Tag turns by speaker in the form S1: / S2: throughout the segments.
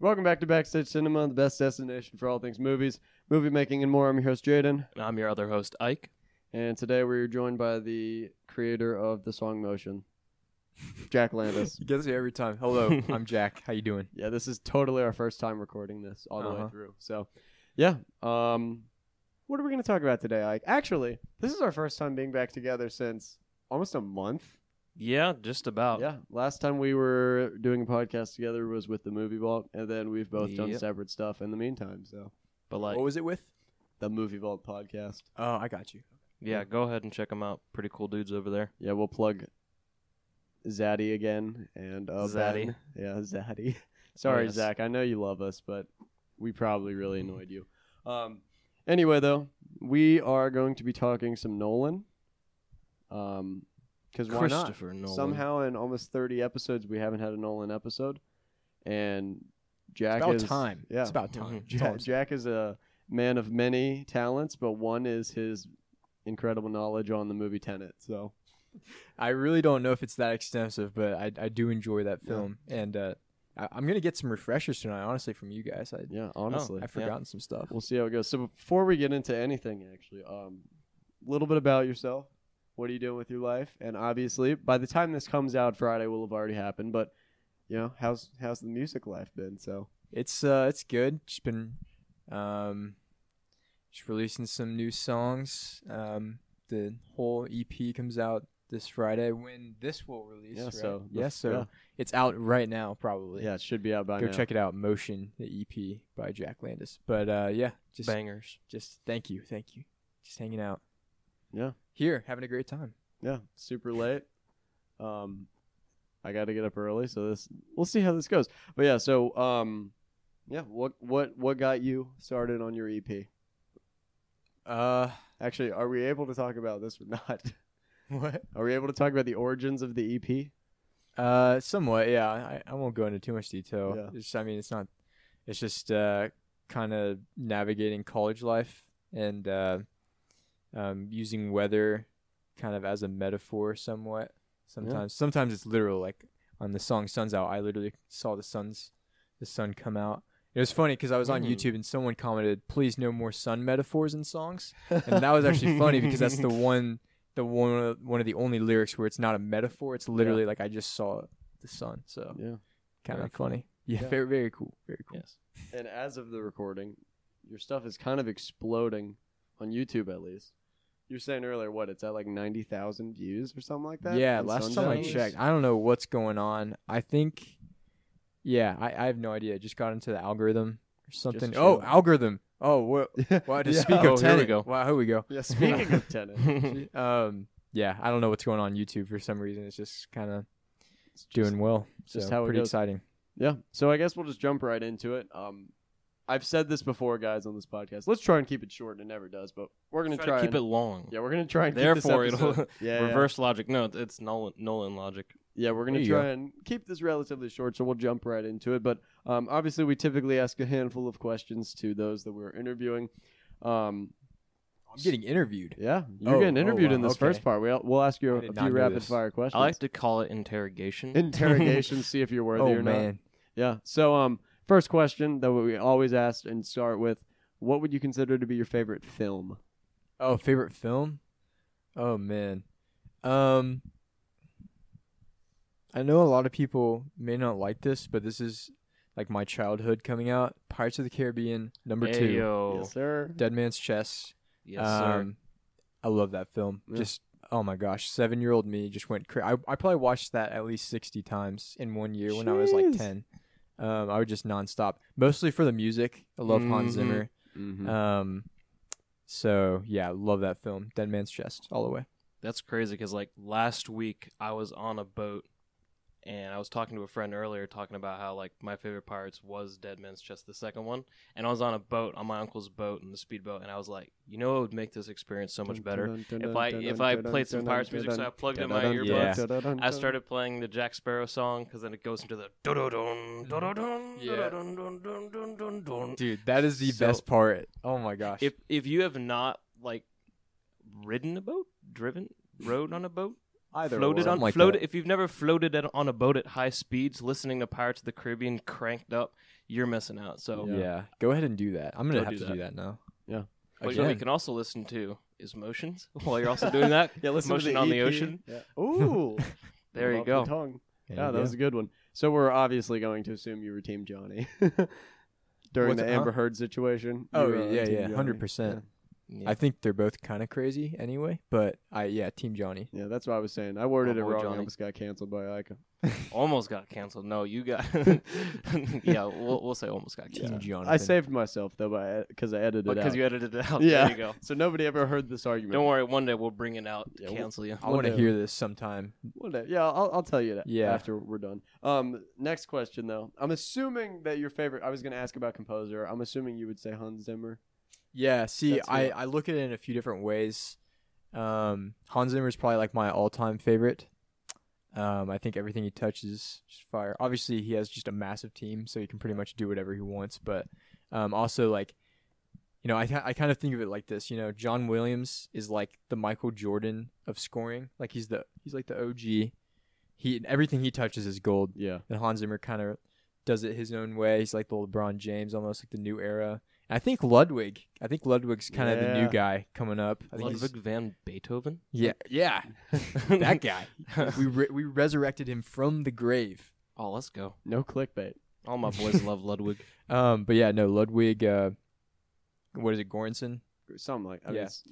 S1: Welcome back to Backstage Cinema, the best destination for all things movies, movie making, and more. I'm your host, Jaden.
S2: And I'm your other host, Ike.
S1: And today we're joined by the creator of the song Motion, Jack Landis.
S3: He gets me every time. Hello, I'm Jack. How you doing?
S1: yeah, this is totally our first time recording this all the way
S3: Uh-huh.
S1: through. So, yeah. Um, what are we going to talk about today, Ike? Actually, this is our first time being back together since almost a month.
S2: Yeah, just about.
S1: Yeah, last time we were doing a podcast together was with the Movie Vault, and then we've both done
S2: Yep.
S1: separate stuff in the meantime. So
S2: But like,
S3: what was it with?
S1: the Movie Vault podcast.
S3: Oh, I got you.
S2: yeah, go ahead and check them out. Pretty cool dudes over there.
S1: Yeah, we'll plug Zaddy again and uh,
S2: Zaddy.
S1: Ben. Yeah, Zaddy. Sorry,
S2: yes.
S1: Zach. I know you love us, but we probably really
S3: Mm-hmm.
S1: annoyed you. Um, anyway, though, we are going to be talking some Nolan. Um, because why not?
S2: Christopher Nolan.
S1: Somehow, in almost 30 episodes, we haven't had a Nolan episode, and Jack
S3: It's about
S1: is
S3: time.
S1: Yeah,
S3: It's about time.
S2: Mhm.
S3: That's all
S1: Ja-
S3: I'm saying.
S1: Jack is a man of many talents, but one is his incredible knowledge on the movie Tenet. So.
S3: I really don't know if it's that extensive, but I, I do enjoy that
S1: Yeah.
S3: film, and uh, I, I'm gonna get some refreshers tonight. Honestly, from you guys, Oh, I
S1: Yeah, honestly.
S3: I've forgotten some stuff.
S1: We'll see how it goes. So before we get into anything, actually, a little bit about yourself. What are you doing with your life? And obviously, by the time this comes out, Friday will have already happened. But you know, how's how's the music life been? So
S3: It's uh, it's good. Just been, um, just releasing some new songs. Um, the whole EP comes out this Friday when this will release.
S1: yeah,
S3: right?
S1: so the-
S3: yeah, so it's out right now, probably.
S1: yeah, it should be out by
S3: go
S1: now.
S3: check it out motion the ep by jack landis but uh yeah just
S2: Bangers.
S3: just thank you thank you just hanging out
S1: Yeah.
S3: here having a great time
S1: Yeah, super late. Um, I got to get up early, so this we'll see how this goes. But yeah, so um, yeah, what what what got you started on your EP?
S3: uh
S1: Actually, are we able to talk about this or not?
S3: what
S1: Are we able to talk about the origins of the E EP?
S3: uh somewhat yeah i, I won't go into too much detail
S1: Yeah.
S3: it's, i mean it's not it's just uh kind of navigating college life and uh um using weather kind of as a metaphor somewhat sometimes sometimes it's literal like on the song sun's out i literally saw the sun's the sun come out it was funny because i was on
S2: Hmm.
S3: youtube and someone commented please no more sun metaphors in songs and that was actually funny because that's the one the one one of the only lyrics where it's not a metaphor it's literally like i just saw the sun so
S1: Yeah.
S3: kind
S2: Very
S3: of
S2: cool.
S3: funny yeah,
S1: Yeah.
S3: very very cool very cool
S2: Yes.
S1: And as of the recording, your stuff is kind of exploding on YouTube at least. You were saying earlier, what, it's at like 90,000 views or something like that?
S3: yeah
S1: on
S3: last time i
S1: Sundance?
S3: checked i don't know what's going on i think yeah i, I have no idea It just got into the algorithm or something oh
S1: chilling.
S3: algorithm oh what well, to
S1: Yeah.
S3: speak
S2: Oh, here
S3: of
S2: we
S3: Tenet.
S2: go.
S3: wow here we go
S1: Yeah, speaking of tennis,
S3: um yeah i don't know what's going on youtube for some reason it's just kind of doing well so
S1: just how it
S3: pretty
S1: goes.
S3: exciting
S1: Yeah. So I guess we'll just jump right into it. Um, I've said this before, guys, on this podcast. Let's try and keep it short. and It never does, but we're going
S2: Try
S1: to
S2: to
S1: try
S2: keep
S1: and-
S2: it long.
S1: Yeah, we're going to try and
S2: Therefore,
S1: keep this episode-
S2: it'll
S1: yeah, yeah.
S2: reverse logic. No, it's Nolan Nolan logic.
S1: Yeah, we're going
S3: There
S1: to
S3: you
S1: try
S3: go.
S1: and keep this relatively short, so we'll jump right into it. But um, obviously, we typically ask a handful of questions to those that we're interviewing. Um,
S3: i'm getting interviewed
S1: yeah, you're
S3: Oh,
S1: getting
S3: oh,
S1: interviewed in
S3: wow,
S1: this
S3: okay.
S1: first part. We'll, we'll ask you
S3: I
S1: a
S3: did
S1: few
S3: not know
S1: rapid
S3: this.
S1: fire questions.
S2: I like to call it interrogation.
S1: interrogation, see if you're worthy
S3: oh
S1: or not.
S3: man
S1: Yeah. So, um, first question that we always ask and start with: What would you consider to be your favorite film?
S3: Oh, favorite film? Oh man. Um I know a lot of people may not like this, but this is like my childhood coming out. Pirates of the Caribbean number 2.
S2: Ayo.
S1: Yes, sir.
S3: Dead Man's Chest.
S2: Yes,
S3: Um,
S2: sir.
S3: I love that film.
S1: Yeah.
S3: Just oh my gosh, 7-year-old me just went cra- I I probably watched that at least 60 times in one year when I was like
S1: Jeez.
S3: 10. Um I would just nonstop, mostly for the music. I love
S2: Mhm.
S3: Hans Zimmer.
S1: Mhm.
S2: uh,
S3: Um so yeah, love that film. Dead Man's Chest all the way.
S2: That's crazy because like last week I was on a boat and I was talking to a friend earlier talking about how like my favorite pirates was Dead Man's Chest, the second one. And I was on a boat on my uncle's boat in the speedboat, and I was like, you know, what would make this experience so much better if I if I played some pirates music. So I plugged in my earbuds. I started playing the Jack Sparrow song because then it goes into the do do dun do do dun do
S3: Yeah.
S2: dun dun dun dun dun dun.
S3: Dude, that is the
S2: Um, So-
S3: best part. Oh my gosh.
S2: If if you have not like ridden a boat, driven, rode on a boat,
S3: Either
S2: floated
S3: or.
S2: on
S3: Something like
S2: floated.
S3: that.
S2: If you've never floated at, on a boat at high speeds, listening to Pirates of the Caribbean cranked up, you're missing out. So
S1: Yeah.
S3: Yeah. Go ahead and do that. I'm gonna
S2: Go
S3: have
S2: do
S3: to do that now.
S1: Yeah.
S2: what
S3: Again.
S2: you can also listen to is motions while you're also doing that.
S1: Yeah, listen to
S2: motion on the
S1: EP.
S2: ocean.
S1: Yeah. Ooh,
S2: There you
S1: Off the
S2: go.
S1: tongue.
S3: There
S1: Yeah,
S3: you
S1: that
S3: go.
S1: was a good one. So we're obviously going to assume you were Team Johnny during
S3: What's-
S1: the
S3: huh?
S1: Amber Heard situation.
S3: Oh,
S1: you were on
S3: yeah,
S1: Team
S3: yeah,
S1: Johnny.
S3: 100%.
S2: Yeah.
S3: I think they're both kind of crazy anyway, but I yeah, Team Johnny.
S1: Yeah, that's what I was saying. I worded
S2: Oh,
S1: it
S2: boy,
S1: wrong.
S2: Johnny.
S1: I almost got canceled by Ica.
S2: almost got canceled. No, you got. yeah, we'll, we'll say almost got
S3: Team
S2: canceled.
S3: Jonathan.
S1: I saved myself though by because I edited it
S2: Because
S1: out.
S2: you edited it out.
S1: Yeah.
S2: There you go.
S1: so nobody ever heard this argument.
S2: Don't worry. One day we'll bring it out.
S1: Yeah, we'll-
S2: cancel you.
S3: I want to
S1: Whatever.
S3: hear this sometime.
S1: Well, no, yeah, I'll, I'll tell you that
S3: Yeah.
S1: after we're done. Um, next question though. I'm assuming that your favorite. I was going to ask about composer. I'm assuming you would say Hans Zimmer.
S3: Yeah, see,
S1: That's
S3: I,
S1: it.
S3: I look at it in a few different ways. Um, Hans Zimmer is probably like my all time favorite. Um, I think everything he touches is just fire. Obviously, he has just a massive team, so he can pretty much do whatever he wants. But um, also, like, you know, I, ki- I kind of think of it like this. You know, John Williams is like the Michael Jordan of scoring. Like he's the he's like the OG. He everything he touches is gold
S1: Yeah,
S3: and Hans Zimmer kind of does it his own way. He's like the LeBron James, almost like the new era. And I think Ludwig. I think Ludwig's kind of the
S1: Yeah.
S3: new guy coming up. I think he's-
S2: Ludwig van Beethoven.
S3: yeah, yeah, that guy. we re- we resurrected him from the grave.
S2: oh, let's go.
S1: no clickbait.
S2: All my boys love Ludwig.
S3: Um, but yeah, no Ludwig. Uh, what is it, Goranson?
S1: Something like I
S3: Yeah.
S1: mean, it's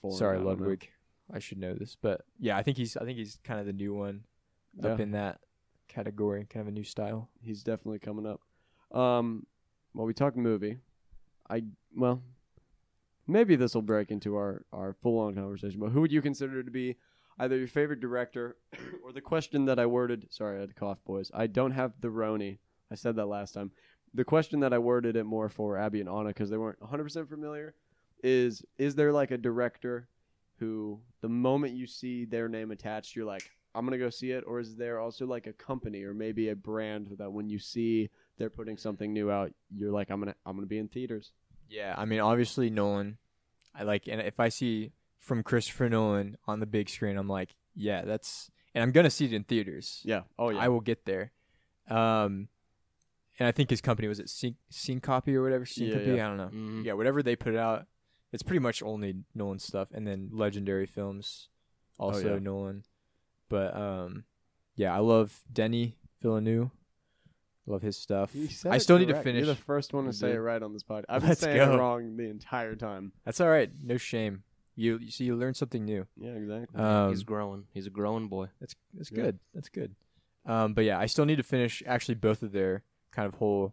S1: foreign,
S3: Sorry,
S1: I don't know.
S3: Ludwig. I should know this, but yeah, I think he's I think he's kind of the new one up
S1: Yeah.
S3: in that category, kind of a new style.
S1: He's definitely coming up. Um, well, we talked movie. I well, maybe this will break into our our full on conversation. But who would you consider to be either your favorite director or the question that I worded? Sorry, I had to cough, boys. I don't have the Roni. I said that last time. The question that I worded it more for Abby and Anna because they weren't 100 percent familiar is is there like a director who the moment you see their name attached you're like i'm gonna go see it or is there also like a company or maybe a brand that when you see they're putting something new out you're like i'm gonna i'm gonna be in theaters
S3: Yeah, I mean, obviously Nolan. I like, and if I see from Christopher Nolan on the big screen, I'm like, yeah, that's, and I'm gonna see it in theaters.
S1: yeah oh
S3: I will get there. Um, and I think his company was it Syn- Syncopy or whatever
S1: Yeah, Mm-hmm.
S3: Syncopy. I don't know.
S2: Mhm.
S3: Yeah, whatever they put out, it's pretty much only Nolan stuff, and then Legendary Films, also
S1: Oh, yeah.
S3: Nolan. But um, yeah, I love Denny Villeneuve. Love his stuff. I still need to finish.
S1: you're the first one to
S3: You
S1: say
S3: did.
S1: it right on this podcast i've been
S3: Let's
S1: saying it
S3: go.
S1: wrong the entire time
S3: That's all right. No shame. You, you see, you learn something new.
S1: yeah exactly
S3: Um,
S2: He's growing. He's a growing boy.
S3: that's that's
S1: Yeah.
S3: good. That's good. Um, but yeah, I still need to finish actually both of their kind of whole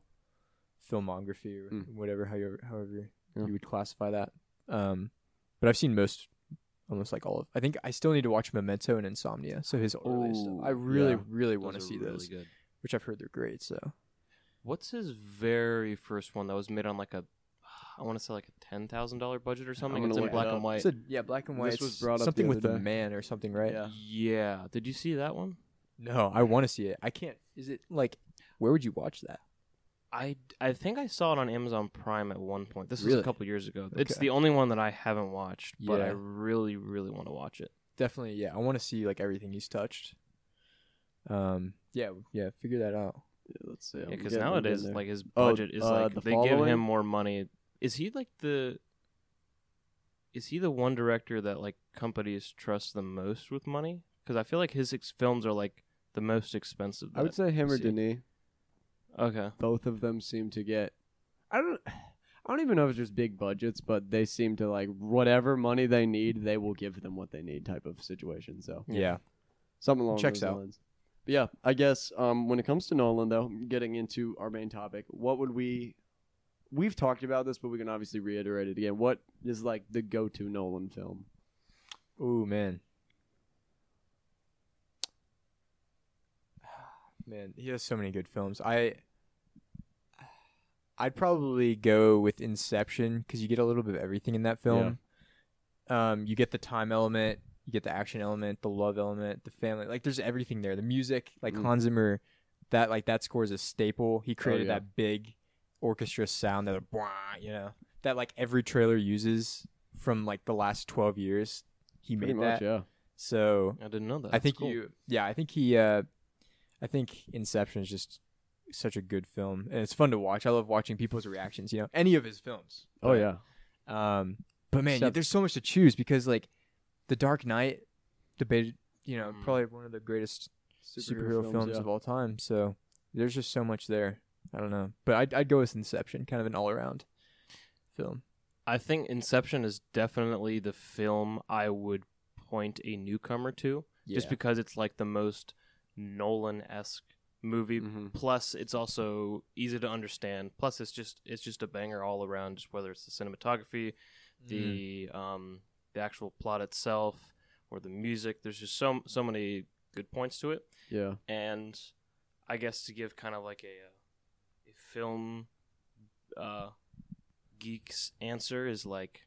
S3: filmography or
S1: Mm.
S3: whatever, however, however
S1: Yeah.
S3: you would classify that. Um, but I've seen most, almost like all of. I think I still need to watch Memento and Insomnia. So his early stuff.
S2: Ooh,
S3: I really,
S1: yeah.
S3: really
S2: Those
S3: want
S2: are
S3: to see
S2: really
S3: those,
S2: good.
S3: which I've heard they're great. So
S2: What's his very first one that was made on like a, I want to say like a ten thousand dollar budget or something.
S1: gonna
S2: It's in
S1: look it
S2: black
S1: up.
S2: and white.
S3: it's a, yeah, black and white.
S1: This was
S3: it's
S1: brought up the
S3: something with
S1: other
S3: the
S1: day.
S3: man or something, right?
S1: Yeah.
S2: yeah. Did you see that one?
S3: No, I want to see it. I can't. Is it like? Where would you watch that?
S2: I, I think I saw it on Amazon Prime at one point. This was
S3: Really?
S2: a couple years ago. It's
S3: Okay.
S2: the only one that I haven't watched, but I
S3: Yeah.
S2: really, really want to watch it.
S3: definitely yeah i want to see like everything he's touched um yeah w- yeah figure that out
S1: yeah, let's see I'm
S2: Because
S1: getting- I'm getting
S2: nowadays,
S1: there.
S2: like his
S1: Oh,
S2: budget is
S1: uh,
S2: like
S1: The
S2: they give
S1: Following?
S2: him more money. Is he like the? Is he the one director that like companies trust the most with money? Because I feel like his ex- films are like the most expensive.
S1: i would
S2: that-
S1: say him or
S2: see.
S1: denis
S2: okay.
S1: both of them seem to get I don't I don't even know if it's just big budgets, but they seem to like whatever money they need, they will give them what they need type of situation. So
S3: yeah
S1: something along
S3: Checks
S1: those
S3: out.
S1: lines. But yeah, I guess um, when it comes to Nolan though, getting into our main topic, what would we we've talked about this, but we can obviously reiterate it again. What is like the go to Nolan film?
S3: oh man man he has so many good films i i'd probably go with inception because you get a little bit of everything in that film um you get the time element you get the action element the love element the family like there's everything there the music like
S1: Mm.
S3: hans zimmer that like that score is a staple he created
S1: Oh, yeah.
S3: that big orchestra sound that blah, you know that like every trailer uses from like the last 12 years he
S1: Pretty
S3: made
S1: much,
S3: that
S1: yeah.
S3: so
S2: I didn't know that.
S3: i
S2: That's
S3: think
S2: cool.
S3: you yeah i think he uh i think inception is just such a good film, and it's fun to watch. I love watching people's reactions. You know, any of his films.
S1: Oh yeah.
S3: Um, but man,
S1: Except-
S3: there's so much to choose because like, The Dark Knight, debated, you know,
S2: Mm.
S3: probably one of the greatest superhero, films, of all time. So there's just so much there. I don't know, but I'd, I'd go with Inception, kind of an all around film.
S2: I think Inception is definitely the film I would point a newcomer to, just because it's like the most Nolan esque movie.
S3: Mm-hmm.
S2: Plus, it's also easy to understand. Plus, it's just it's just a banger all around. Just whether it's the cinematography, the um, the actual plot itself, or the music. There's just so so many good points to it.
S1: Yeah.
S2: and I guess to give kind of like a, uh, a film uh, geek's answer is like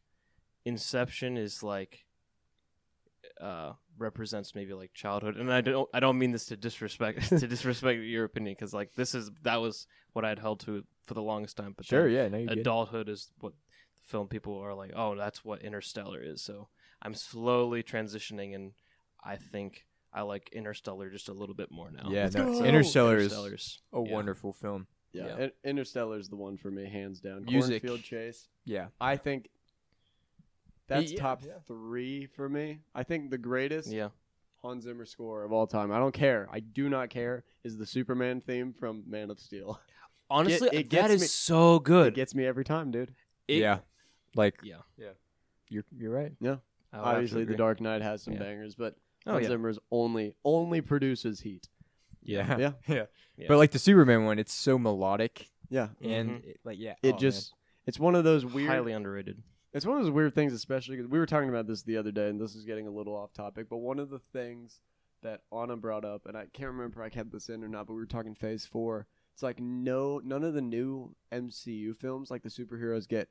S2: Inception is like uh, represents maybe like childhood, and I don't I don't mean this to disrespect to disrespect your opinion because like this is that was what I'd held to for the longest time, but
S3: sure,
S2: then
S3: yeah, no, you good.
S2: adulthood is what the film people are like. Oh, that's what Interstellar is. So I'm slowly transitioning, and I think I like Interstellar just a little bit more now.
S3: Yeah,
S1: no, go.
S3: Interstellar is a
S2: Interstellar's yeah.
S3: wonderful film.
S1: Yeah.
S3: Yeah.
S1: In- Interstellar's the one for me, hands down.
S3: Music.
S1: Cornfield Chase.
S3: Yeah,
S1: I think that's
S3: Yeah,
S1: top
S3: yeah.
S1: three for me. I think the greatest
S2: Yeah,
S1: Hans Zimmer score of all time. I don't care. I do not care. Is the Superman theme from Man of Steel?
S2: honestly,
S1: it
S2: that
S1: gets
S2: is
S1: me-
S2: so
S1: It
S2: good.
S1: gets me every time, dude.
S2: It-
S3: yeah, like
S2: Yeah.
S3: yeah. You're you're right.
S2: I would have to
S1: Obviously, The
S2: agree.
S1: Dark Knight has some
S2: Oh, Yeah.
S1: bangers, but
S2: Oh
S1: Hans
S2: yeah,
S1: Zimmer's only only produces heat.
S3: Yeah,
S1: Yeah.
S3: yeah,
S2: Yeah.
S3: But like the Superman one, it's so melodic
S1: Yeah,
S3: and it, like yeah,
S1: it
S3: oh,
S1: just it's one of those weird.
S2: highly underrated.
S1: It's one of those weird things, especially because we were talking about this the other day, and this is getting a little off topic. But one of the things that Anna brought up, and I can't remember if I kept this in or not, but we were talking Phase Four. It's like no, none of the new MCU films, like the superheroes, get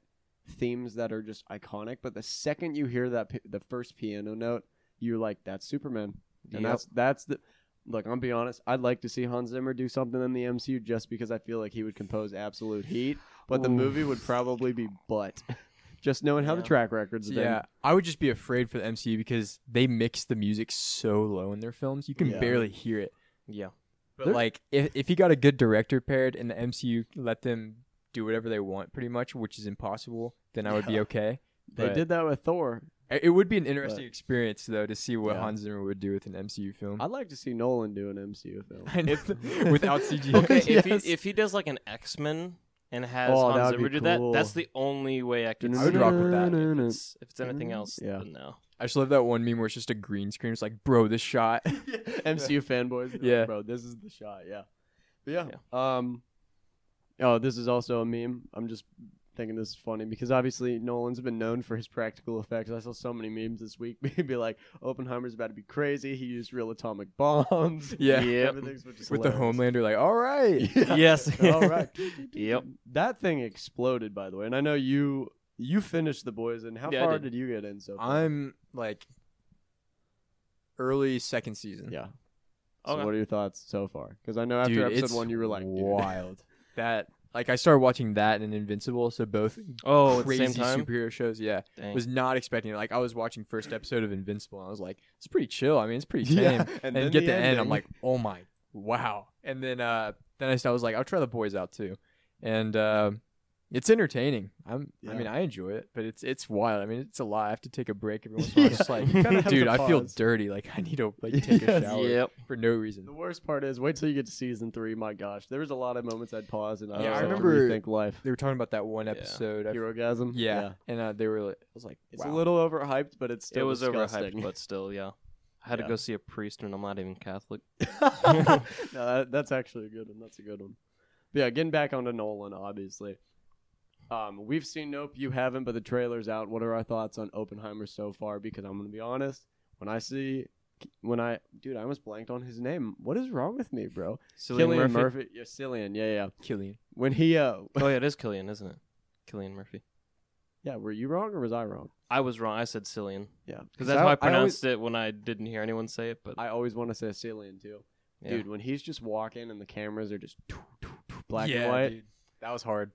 S1: themes that are just iconic. But the second you hear that, pi- the first piano note, you're like, "That's Superman," and
S2: Yep.
S1: that's that's the. Look, I'm be honest. I'd like to see Hans Zimmer do something in the MCU just because I feel like he would compose absolute heat, but the
S2: Ooh.
S1: movie would probably be butt. just knowing how the
S2: Yeah.
S1: track records.
S3: man.
S1: have been.
S3: yeah. I would just be afraid for the MCU because they mix the music so low in their films, you can
S1: Yeah.
S3: barely hear it.
S2: Yeah,
S3: But
S1: There-
S3: like, if if you got a good director paired and the MCU let them do whatever they want, pretty much, which is impossible, then I would be
S1: Yeah.
S3: okay.
S1: they
S3: But
S1: did that with Thor.
S3: it- It would be an interesting experience though to see what
S1: Yeah.
S3: Hans Zimmer would do with an MCU film.
S1: I'd like to see Nolan do an MCU film.
S3: I know.
S1: If-
S3: Without CGI.
S2: okay. If
S1: Yes.
S2: he if he does like an X Men and has
S1: Oh, that
S2: Hans
S1: would be
S2: Zimmer do that,
S1: cool.
S2: that's the only way I can.
S3: I would rock with that.
S2: If it's, if it's anything else,
S1: Yeah.
S2: yeah. no.
S3: I just love that one meme where it's just a green screen. It's like, bro, this shot.
S1: MCU fanboys. be like,
S3: Yeah.
S1: bro, this is the shot. Yeah, but yeah. Um, oh, this is also a meme. I'm just thinking this is funny because obviously Nolan's been known for his practical effects. I saw so many memes this week. Maybe like Oppenheimer's about to be crazy. He used real atomic bombs.
S3: Yeah.
S2: Yep.
S1: everything's just
S3: With the
S1: hilarious.
S3: Homelander, like, all right.
S1: Yeah.
S2: Yes.
S1: All right.
S2: Yep.
S1: That thing exploded, by the way, and I know you you finished the boys. And how
S2: Yeah, I
S1: far
S2: did.
S1: did. you get in so far?
S3: I'm like early second season.
S1: yeah. So
S2: Okay.
S1: what are your thoughts so far? Because I know after
S3: Dude,
S1: episode
S3: it's
S1: one you were like, dude.
S3: wild. that like I started watching that and Invincible, so both
S2: Oh, at the
S3: crazy
S2: same time.
S3: superhero shows. Yeah,
S2: Dang.
S3: was not expecting it. Like I was watching first episode of Invincible, and I was like, it's pretty chill. I mean, it's pretty tame.
S1: Yeah,
S3: And, then
S1: then
S3: get the, end, I'm
S1: ending.
S3: like, oh my, wow. And then uh, then I, s- I was like, I'll try the boys out too, and uh, it's entertaining. I'm, I
S1: Yeah.
S3: mean, I enjoy it, but it's it's wild. I mean, it's a lot. I have to take a break every once in a while.
S1: Yeah.
S3: Just like,
S1: You kinda have
S3: dude,
S1: to
S3: I feel
S1: pause.
S3: dirty. Like I need to like take a
S1: Yes.
S3: shower
S2: Yep.
S3: for no reason.
S1: The worst part is wait till you get to season three. My gosh, there was a lot of moments I'd pause and I,
S2: Yeah,
S1: yeah,
S2: I
S1: I
S3: remember-
S1: remember think life.
S3: They were talking about that one
S2: Yeah.
S3: episode. I f-
S1: Herogasm.
S3: yeah. and uh, they were. like- I was like,
S1: It's
S3: wow.
S1: a little overhyped, but it's still
S2: it was
S1: disgusting.
S2: overhyped, but still, yeah. I had
S1: Yeah.
S2: to go see a priest, and I'm not even Catholic.
S1: no, that, that's actually a good one. That's a good one. But yeah, getting back onto Nolan, obviously. Um, we've seen Nope, you haven't, but the trailer's out. What are our thoughts on Oppenheimer so far? Because I'm gonna be honest, when I see, when I, dude, I almost blanked on his name. What is wrong with me, bro?
S2: Cillian Murphy.
S1: yeah, Cillian, yeah, yeah.
S3: Killian.
S1: When he, uh,
S2: Oh yeah, it is Killian, isn't it? Killian Murphy.
S1: yeah, were you wrong or was I wrong?
S2: I was wrong. I said Cillian
S1: Yeah,
S2: because that's how I,
S1: always-
S2: pronounced it when I didn't hear anyone say it. But
S1: I always want to say Cillian too,
S2: yeah.
S1: dude. When he's just walking and the cameras are just black
S3: yeah,
S1: and white,
S3: dude. That was hard.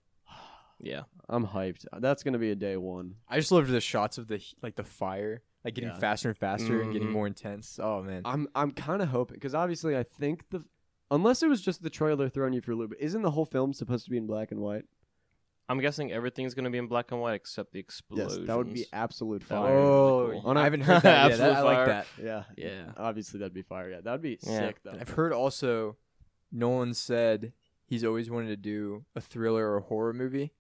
S2: yeah,
S1: I'm hyped. That's gonna be a day one.
S3: I just loved the shots of the he- like the fire, like getting
S1: Yeah. Mm-hmm.
S3: faster and faster and getting
S2: Mhm.
S3: more intense. Oh man,
S1: I'm I'm kind of hoping because obviously I think the Unless it was just the trailer throwing you for a loop, isn't the whole film supposed to be in black and white?
S2: I'm guessing everything's gonna be in black and white except the explosions.
S1: Yes, that would be absolute
S2: That would
S1: fire.
S2: be
S3: Oh,
S2: really
S1: cool.
S3: I haven't heard that yet.
S2: Absolute
S3: That- I like
S2: fire.
S3: that.
S1: Yeah,
S2: yeah.
S1: obviously that'd be fire. Yeah, that'd be
S2: Yeah.
S1: sick though.
S3: I've heard also Nolan said he's always wanted to do a thriller or horror movie,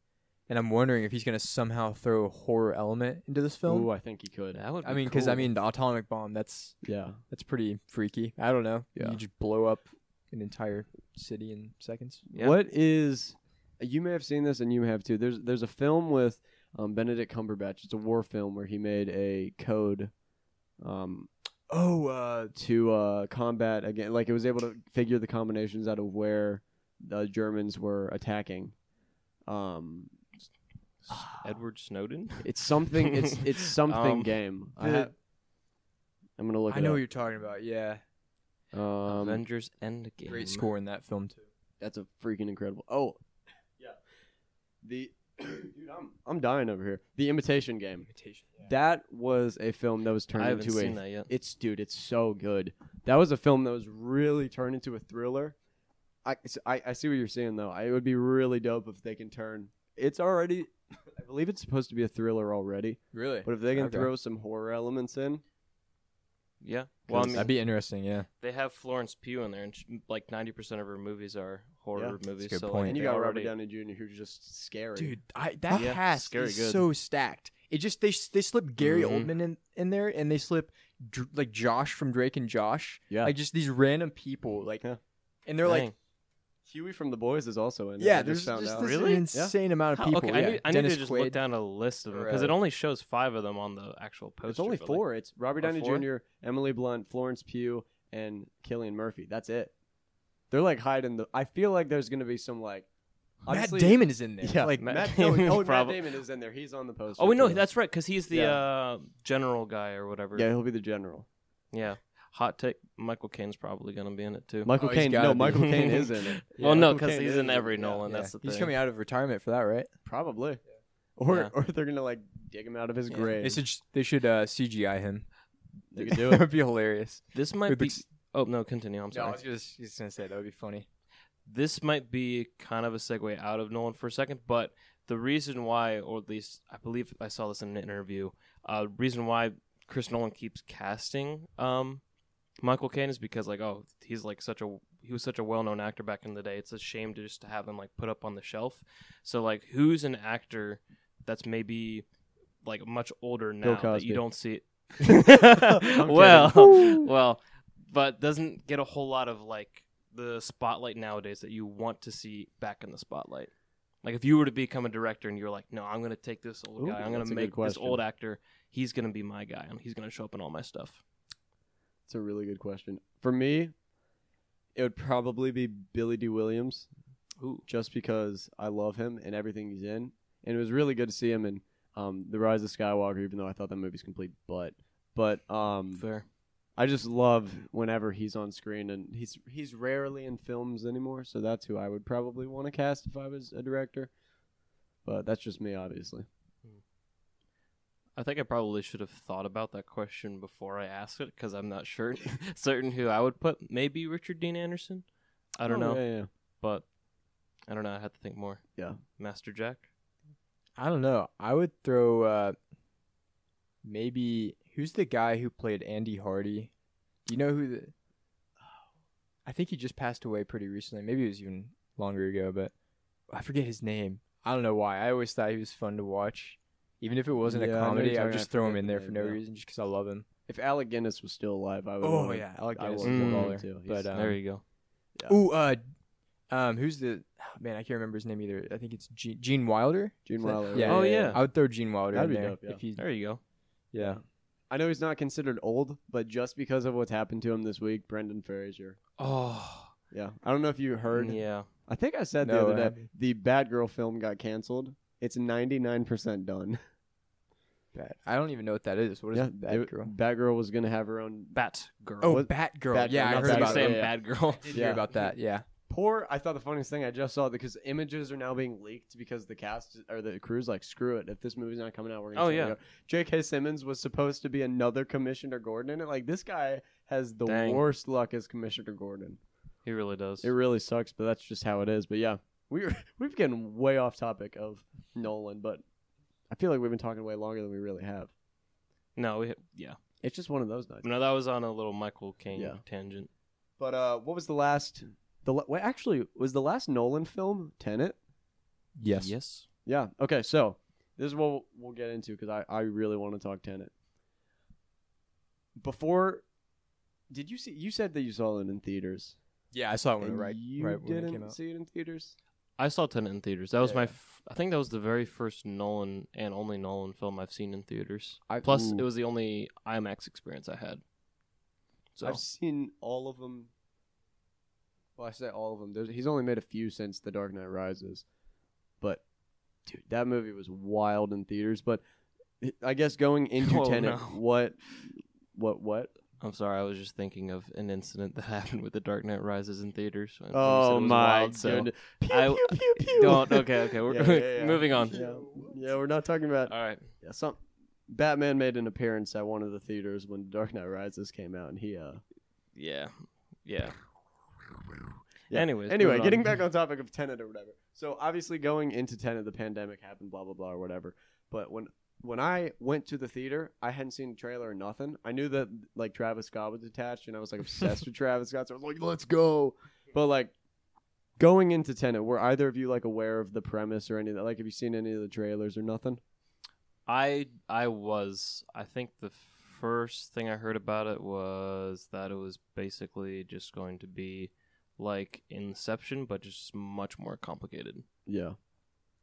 S3: and I'm wondering if he's going to somehow throw a horror element into this film.
S1: Ooh, I think he could.
S2: That would.
S3: I mean, because I mean, the atomic bomb—that's
S1: Yeah,
S3: that's pretty freaky. I don't know.
S1: Yeah.
S3: You just blow up an entire city in seconds.
S2: Yeah.
S1: What is you may have seen this and you have too. There's there's a film with um, Benedict Cumberbatch. It's a war film where he made a code um oh uh to uh combat again like it was able to figure the combinations out of where the Germans were attacking. Um
S2: Edward Snowden.
S1: it's something it's it's something
S2: Um,
S1: game. I
S3: the-
S1: ha- I'm going to look
S3: I
S1: it
S3: know what
S1: up.
S3: you're talking about. Yeah,
S1: um,
S2: Avengers Endgame.
S3: great score in that film too.
S1: That's a freaking incredible. Oh, yeah. The dude, I'm I'm dying over here. The Imitation Game.
S3: Imitation.
S1: That was a film that was turned
S2: I haven't
S1: into
S2: seen
S1: a.
S2: that yet.
S1: It's dude, it's so good. That was a film that was really turned into a thriller. I, s- I, I see what you're saying though. I, it would be really dope if they can turn. It's already, I believe it's supposed to be a thriller already.
S3: Really?
S1: But if they can
S3: Okay.
S1: throw some horror elements in,
S2: Yeah. Well, I
S1: Cause
S2: mean,
S3: That'd be interesting. Yeah.
S2: they have Florence Pugh in there, and sh like ninety percent of her movies are horror
S1: that's
S2: movies.
S3: a good
S2: so
S3: point.
S2: like,
S1: and you
S2: they
S1: got
S2: already,
S1: Robert Downey Jr., who's just scary.
S3: Dude, I, that
S2: Yeah,
S3: cast
S2: scary
S3: is
S2: good.
S3: so stacked. It just they they slip Gary
S2: Mhm.
S3: Oldman in, in there, and they slip Dr- like Josh from Drake and Josh,
S1: yeah.
S3: like just these random people, like,
S1: Yeah.
S3: and they're
S2: Dang.
S3: like,
S1: Huey from The Boys is also in it.
S3: yeah,
S1: I
S3: there's
S1: just found
S3: just,
S1: out.
S3: this
S2: Really?
S3: insane amount of
S2: How-
S3: people.
S2: okay,
S3: yeah.
S2: I need, I need
S3: Dennis
S2: to just
S3: Quaid.
S2: look down a list of them because it
S3: Right.
S2: only shows five of them on the actual poster.
S1: It's only
S2: but, like,
S1: four. it's Robert
S2: Oh,
S1: Downey
S2: four?
S1: Jr., Emily Blunt, Florence Pugh, and Killian Murphy. That's it. They're like hiding the. I feel like there's gonna be some like.
S3: Matt
S1: obviously-
S3: Damon is in there.
S1: Yeah,
S3: like
S1: Matt,
S2: Matt
S1: no,
S2: Damon
S1: oh, Matt
S2: probably-
S1: Damon is in there. He's on the poster.
S2: oh, we know
S1: too.
S2: that's right because he's the
S1: Yeah.
S2: uh, general guy or whatever.
S1: Yeah, he'll be the general.
S2: Yeah. Hot take. Michael Caine's probably gonna be in it too.
S1: Michael
S3: Oh, he's
S1: Caine.
S3: gotta
S1: No,
S3: be.
S1: Michael Caine is in it.
S2: well, no,
S1: Michael
S2: because
S1: Caine
S2: he's
S1: is
S2: in every
S1: it, yeah.
S2: Nolan.
S3: yeah.
S2: That's the
S3: he's
S2: thing.
S3: coming out of retirement for that, right?
S1: Probably. Or
S2: Yeah.
S1: or they're gonna like dig him out of his
S2: Yeah.
S1: grave.
S3: They should just- they should uh, CGI him.
S1: They could do
S3: that
S1: it.
S3: would be hilarious.
S2: This might
S3: With
S2: be.
S3: ex-
S2: Oh no, continue. I'm
S3: no, I
S2: sorry.
S3: was just, just gonna say that would be funny.
S2: this might be kind of a segue out of Nolan for a second, but the reason why, or at least I believe I saw this in an interview, uh, reason why Chris Nolan keeps casting um, Michael Caine is because like, oh, he's like such a he was such a well known actor back in the day. It's a shame to just to have him like put up on the shelf. So like, who's an actor that's maybe like much older now that
S1: Cosby.
S2: you don't see?
S1: I'm
S2: It? well,
S1: kidding.
S2: well, but doesn't get a whole lot of like the spotlight nowadays that you want to see back in the spotlight. Like if you were to become a director and you were like, no, I'm gonna take this old
S1: Ooh,
S2: guy, I'm gonna
S1: that's a good
S2: make this
S1: question.
S2: old actor, he's gonna be my guy, and he's gonna show up in all my stuff.
S1: It's a really good question. For me, it would probably be Billy D. Williams.
S2: Ooh,
S1: just because I love him and everything he's in. And it was really good to see him in um, The Rise of Skywalker, even though I thought that movie's complete butt. But um,
S2: fair.
S1: I just love whenever he's on screen, and he's he's rarely in films anymore. So that's who I would probably want to cast if I was a director. But that's just me, obviously.
S2: I think I probably should have thought about that question before I asked it because I'm not sure certain who I would put. Maybe Richard Dean Anderson. I don't
S1: Oh,
S2: know,
S1: Yeah, yeah.
S2: but I don't know. I had to think more.
S1: Yeah.
S2: Master Jack.
S3: I don't know. I would throw uh maybe who's the guy who played Andy Hardy? Do you know who the I think he just passed away pretty recently. Maybe it was even longer ago, but I forget his name. I don't know why. I always thought he was fun to watch. Even if it wasn't
S1: Yeah, I
S3: a
S1: know
S3: comedy,
S1: you're
S3: I would
S1: talking-
S3: just
S1: I
S3: throw him
S1: forget
S3: in
S1: the
S3: there for
S1: name,
S3: no
S1: yeah.
S3: reason just because I love him.
S1: If Alec Guinness was still alive, I would. want him.
S3: I like
S1: I
S3: Guinness
S1: would
S3: is a
S2: love
S3: baller.
S1: him too.
S3: But
S1: He's-
S3: um,
S2: there you go.
S1: Yeah.
S3: ooh, uh, um, who's the man? I can't remember his name either. I think it's Gene, Gene Wilder.
S1: Gene
S3: Is that-
S1: Wilder,
S3: Yeah,
S2: right? Oh,
S3: yeah,
S2: yeah.
S3: I would throw Gene Wilder
S1: That'd
S3: in
S1: be
S3: there
S1: dope, yeah.
S3: if he's
S2: There you go.
S3: yeah.
S1: I know he's not considered old, but just because of what's happened to him this week, Brendan Fraser.
S2: Oh,
S1: Yeah, I don't know if you heard.
S2: yeah.
S1: I think I said
S3: No,
S1: the
S3: it
S1: other day
S3: happened.
S1: the Batgirl film got canceled. It's ninety nine percent done.
S3: Bat. I don't even know what that is. What is
S1: Yeah,
S3: Bat
S1: it-
S3: Girl?
S1: Batgirl was gonna have her own.
S2: Bat girl.
S3: Oh,
S1: what-
S3: Bat Girl.
S1: Bat
S3: yeah,
S1: Girl,
S3: I
S1: not
S3: heard
S1: Bat
S3: about
S1: Girl,
S3: that.
S1: yeah.
S2: bad girl.
S3: I did hear
S1: Yeah.
S3: about that. Yeah.
S1: Poor. I thought the funniest thing I just saw because images are now being leaked because the cast or the crew's like, screw it. If this movie's not coming out, we're gonna.
S2: Oh,
S1: shut it
S2: yeah.
S1: down." J.K. Simmons was supposed to be another Commissioner Gordon in it. Like this guy has the
S2: Dang.
S1: worst luck as Commissioner Gordon.
S2: He really does.
S1: It really sucks, but that's just how it is. But yeah, we were, we've gotten way off topic of Nolan, but I feel like we've been talking way longer than we really have.
S2: no, we, yeah.
S1: It's just one of those nights.
S2: No, that was on a little Michael Caine
S1: Yeah.
S2: tangent.
S1: But uh, what was the last? The la- wait, actually was the last Nolan film Tenet.
S3: Yes.
S2: Yes.
S1: Yeah. Okay. So this is what we'll, we'll get into because I, I really want to talk Tenet. Before, did you see? You said that you saw it in theaters.
S3: Yeah, I saw it when it
S1: and
S3: right,
S1: you
S3: right when it
S1: didn't
S3: came out.
S1: see it in theaters.
S2: I saw Tenet in theaters. That was my,
S3: Yeah.
S2: f- I think that was the very first Nolan and only Nolan film I've seen in theaters.
S1: I,
S2: Plus,
S1: ooh.
S2: it was the only IMAX experience I had. So
S1: I've seen all of them. Well, I say all of them. There's, he's only made a few since The Dark Knight Rises, but dude, that movie was wild in theaters. But I guess going into
S2: Oh,
S1: Tenet,
S2: no.
S1: what, what, what?
S2: I'm sorry, I was just thinking of an incident that happened with The Dark Knight Rises in theaters. and you said it
S1: Oh
S2: was
S1: my
S2: wild, so-
S1: goodness! Pew,
S2: I-
S1: pew, pew, pew.
S2: Don't. Okay, okay. We're
S1: Yeah, yeah, yeah.
S2: moving on.
S1: Yeah. Yeah, we're not talking about.
S2: All right.
S1: Yeah, some Batman made an appearance at one of the theaters when Dark Knight Rises came out, and he. uh
S2: Yeah. Yeah.
S1: Yeah.
S2: Anyways.
S1: Anyway,
S2: moving on.
S1: getting back on topic of Tenet or whatever. So obviously, going into Tenet, the pandemic happened, blah blah blah or whatever. But when when I went to the theater, I hadn't seen a trailer or nothing. I knew that like Travis Scott was attached, and I was like obsessed with Travis Scott, so I was like, let's go. But like going into Tenet, were either of you like aware of the premise or any of that? Like, have you seen any of the trailers or nothing?
S2: I I was. I think the first thing I heard about it was that it was basically just going to be like Inception, but just much more complicated.
S1: Yeah.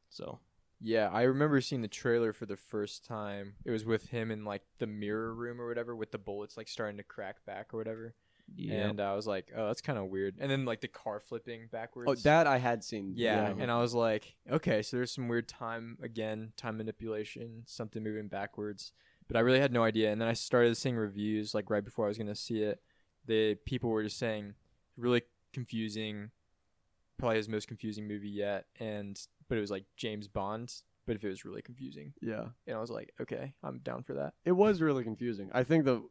S2: So
S3: Yeah, I remember seeing the trailer for the first time. It was with him in like the mirror room or whatever, with the bullets like starting to crack back or whatever.
S2: yeah.
S3: And I was like, oh, that's kind of weird. And then like the car flipping backwards.
S1: Oh, that I had seen.
S3: Yeah,
S2: Yeah.
S3: and I was like, okay, so there's some weird time again, time manipulation, something moving backwards. But I really had no idea. And then I started seeing reviews like right before I was gonna see it. The people were just saying really confusing, probably his most confusing movie yet. And but it was like James Bond, but if it was really confusing,
S1: Yeah.
S3: and I was like, okay, I'm down for that.
S1: It was really confusing. I think the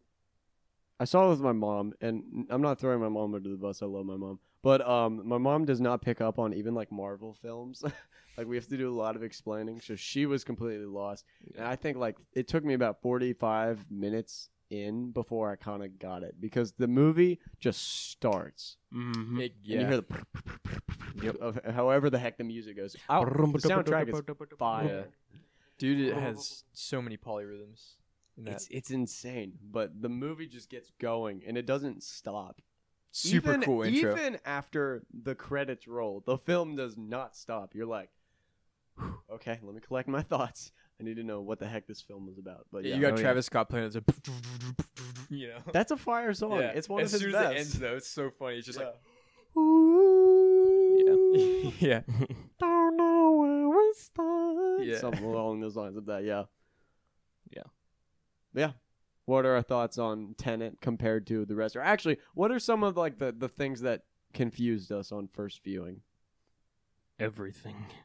S1: I saw it with my mom, and I'm not throwing my mom under the bus. I love my mom, but um, my mom does not pick up on even like Marvel films. like we have to do a lot of explaining, so she was completely lost. And I think like it took me about 45 minutes in before I kind of got it because the movie just starts,
S2: Mm-hmm.
S3: It-
S1: and you
S3: yeah,
S1: hear the of however the heck the music goes. Ow, the soundtrack is fire.
S3: Yeah. dude, it has so many polyrhythms. In that.
S1: It's it's insane, but the movie just gets going and it doesn't stop.
S3: super
S1: even,
S3: cool intro.
S1: Even after the credits roll, the film does not stop. You're like, "Whew, okay, let me collect my thoughts. I need to know what the heck this film was about. But
S3: Yeah,
S1: yeah,
S3: you got
S2: Oh, yeah.
S3: Travis Scott playing. It's a, you know,
S1: that's a fire song.
S3: Yeah.
S1: It's one
S3: as
S1: of
S3: soon
S1: his
S3: as
S1: best.
S3: it ends though, it's so funny. It's just
S1: Yeah.
S3: like,
S1: Ooh,
S3: yeah,
S1: don't know where we start.
S3: Yeah.
S1: Something along those lines of that. Yeah.
S2: Yeah.
S1: Yeah. What are our thoughts on Tenant compared to the rest? Or actually, what are some of like the the things that confused us on first viewing?
S2: Everything.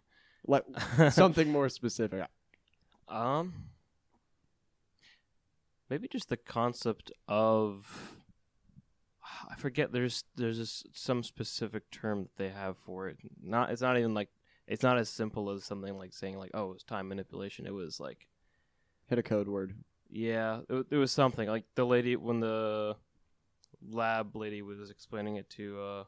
S1: Like something more specific.
S2: Um, maybe just the concept of I forget. There's there's this, some specific term that they have for it. Not it's not even like it's not as simple as something like saying like oh it's time manipulation. It was like
S1: Hit a code word.
S2: yeah, it, wa- it was something like the lady when the lab lady was explaining it to uh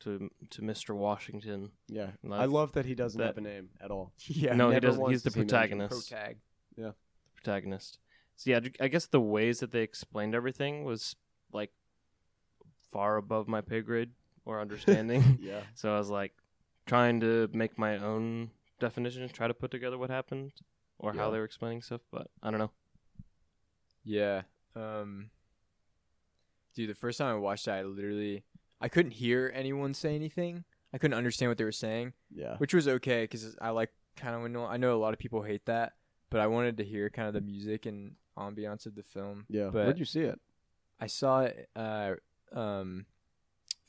S2: to to Mr. Washington.
S1: Yeah.
S2: Love
S1: I love that he doesn't
S2: that-
S1: have a name at all.
S3: yeah.
S2: no, he
S1: never
S2: doesn't.
S1: once
S2: He's the
S1: does he mention
S2: protagonist.
S3: tag.
S2: protagonist. So yeah, I guess the ways that they explained everything was like far above my pay grade or understanding.
S1: Yeah.
S2: so I was like trying to make my own definition, try to put together what happened or how
S1: Yeah.
S2: they were explaining stuff, but I don't know.
S3: Yeah. Um, dude, the first time I watched that, I literally I couldn't hear anyone say anything. I couldn't understand what they were saying,
S1: Yeah.
S3: which was okay because I like kind of know I know a lot of people hate that, but I wanted to hear kind of the music and ambiance of the film.
S1: Yeah.
S3: But-
S1: Where'd you see it?
S3: I saw it, uh, um,